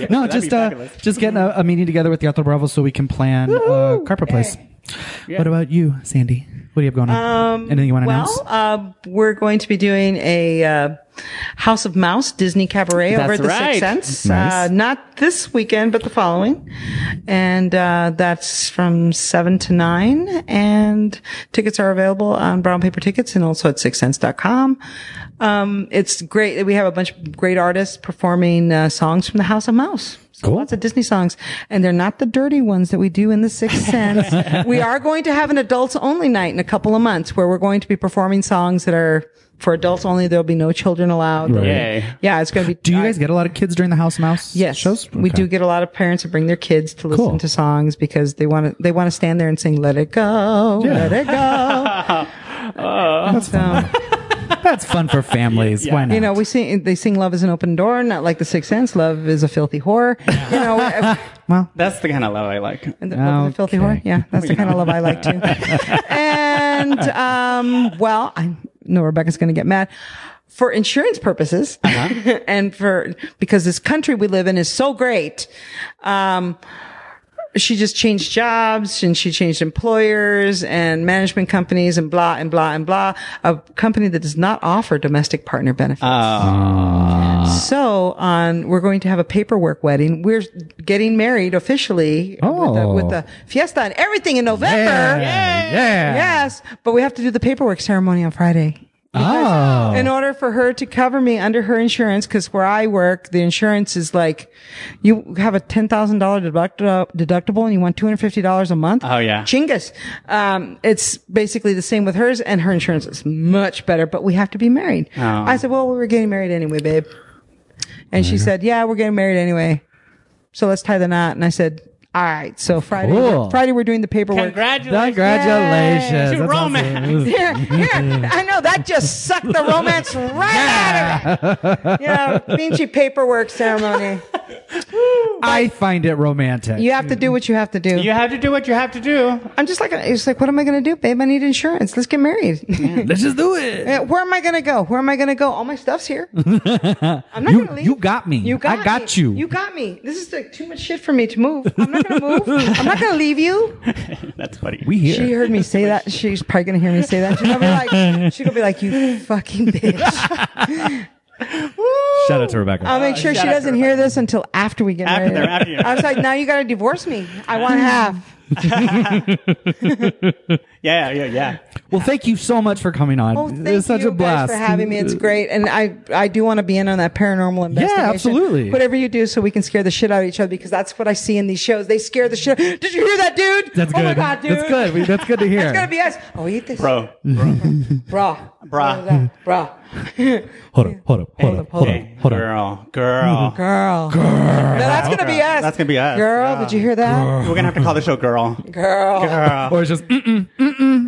no,
that'd be
just uh,
fabulous.
just getting a, a meeting together with the Alto Bravo so we can plan uh, carpet place. What about you, Sandy? What do you have going on? anything you want to announce?
Um, well, uh, we're going to be doing a uh, House of Mouse Disney Cabaret over
That's
at the
right.
Sixth Sense.
Nice.
Uh, not this weekend, but the following. And uh, that's from 7 to 9. And tickets are available on Brown Paper Tickets and also at sixthsense.com. Um, it's great that we have a bunch of great artists performing uh, songs from the House of Mouse. So
Cool.
Lots of Disney songs, and they're not the dirty ones that we do in the Sixth Sense. we are going to have an adults only night in a couple of months where we're going to be performing songs that are for adults only. There'll be no children allowed.
Right.
Yay.
Yeah, it's going to be.
do you guys get a lot of kids during the House Mouse
Yes,
shows?
we
Okay.
do get a lot of parents who bring their kids to listen
Cool.
to songs because they want to. They want to stand there and sing "Let It Go,
Yeah. Uh.
Let It Go." so,
That's fun for families. Why not?
you know, we sing. They sing "Love Is an Open Door," not like the Sixth Sense. Love is a filthy whore. You know,
well,
That's the kind of love I like.
And the, love is a filthy whore.
Okay.
Yeah, that's the kind of love I like too. and um, well, I know Rebecca's going to get mad. For insurance purposes, and for because this country we live in is so great, um, she just changed jobs and she changed employers and management companies and blah and blah and blah. A company that does not offer domestic partner benefits.
Uh,
So on, we're going to have a paperwork wedding. We're getting married officially with, a,
Oh.
with a fiesta and everything in November.
yeah, yeah.
Yes, but we have to do the paperwork ceremony on Friday.
Oh,
In order for her to cover me under her insurance, because where I work, the insurance is like, you have a ten thousand dollar deductible, and you want two hundred fifty dollars a month.
Oh, yeah.
Chingus. Um, it's basically the same with hers, and her insurance is much better. But we have to be married. I said, well, we were getting married anyway, babe. And she said, yeah, we're getting married anyway, so let's tie the knot. And I said, all right. So Friday,
Cool.
Friday we're doing the paperwork.
Congratulations.
congratulations!
Yay. Shoot,
That's
romance.
awesome.
Here, here. I know that just sucked the romance right out of it. Yeah, beachy paperwork ceremony.
I find it romantic.
You have to do what you have to do.
You have to do what you have to do.
I'm just like, it's like, what am I going to do, babe? I need insurance. Let's get married.
Let's just do it.
Yeah, Where am I going to go? Where am I going to go? All my stuff's here. I'm not
You-
going to leave.
you got me.
You got
I got
me.
you.
You got me. This is like too much shit for me to move. I'm not going to move. I'm not going to leave you.
That's funny.
We here.
She heard me say that. She's probably gonna hear me say that. She's gonna be like, she's gonna be like, you fucking bitch.
Shout out to Rebecca.
I'll make sure she
shout out to
doesn't hear this until after we get
After
married.
they're after you.
I was like, now you gotta divorce me. I want half.
Yeah, yeah, yeah.
well, thank you so much for coming on.
Oh,
It's
thank
such
you
a blast
guys for having me. It's great, and I I do want to be in on that paranormal investigation.
absolutely.
Whatever you do, so we can scare the shit out of each other because that's what I see in these shows. They scare the shit. Did you hear that, dude?
That's
Oh my
good.
god, dude.
That's good. We- that's good to hear.
It's gonna be us. Oh, eat this,
Bro.
bro.
Bra.
Bruh.
Hold up, hold up, hold
Hey,
up, hold Mm-hmm. up,
Hey,
hold up.
girl, girl.
Girl. Girl. No, that's going to be us.
That's gonna be us,
Girl,
yeah.
did you hear that?
We're gonna have to call the show "Girl."
Girl.
Girl.
Or it's just mm-mm,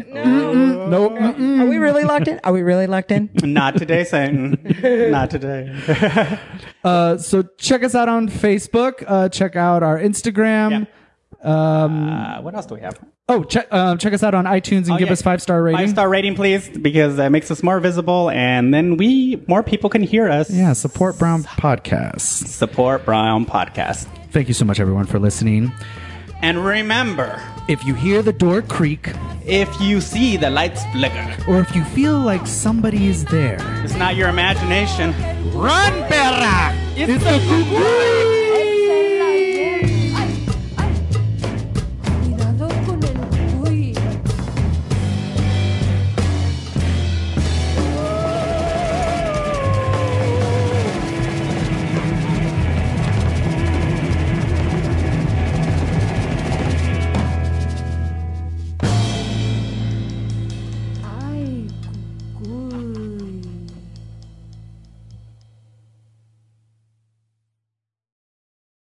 No.
no. Mm-mm.
Are we really locked in? Are we really locked in?
Not today, Satan. Not today.
Uh, so check us out on Facebook. Uh, check out our Instagram. Um,
Uh, what else do we have?
oh, check um, check us out on iTunes
Oh,
and give us five star rating.
Five star rating, please, because that makes us more visible, and then we more people can hear us.
Yeah, support Brown Podcasts.
Support Brown Podcast,
Thank you so much, everyone, for listening.
and remember,
If you hear the door creak,
if you see the lights flicker,
or if you feel like somebody is there,
it's not your imagination.
run, perra! It's, the cuckoo!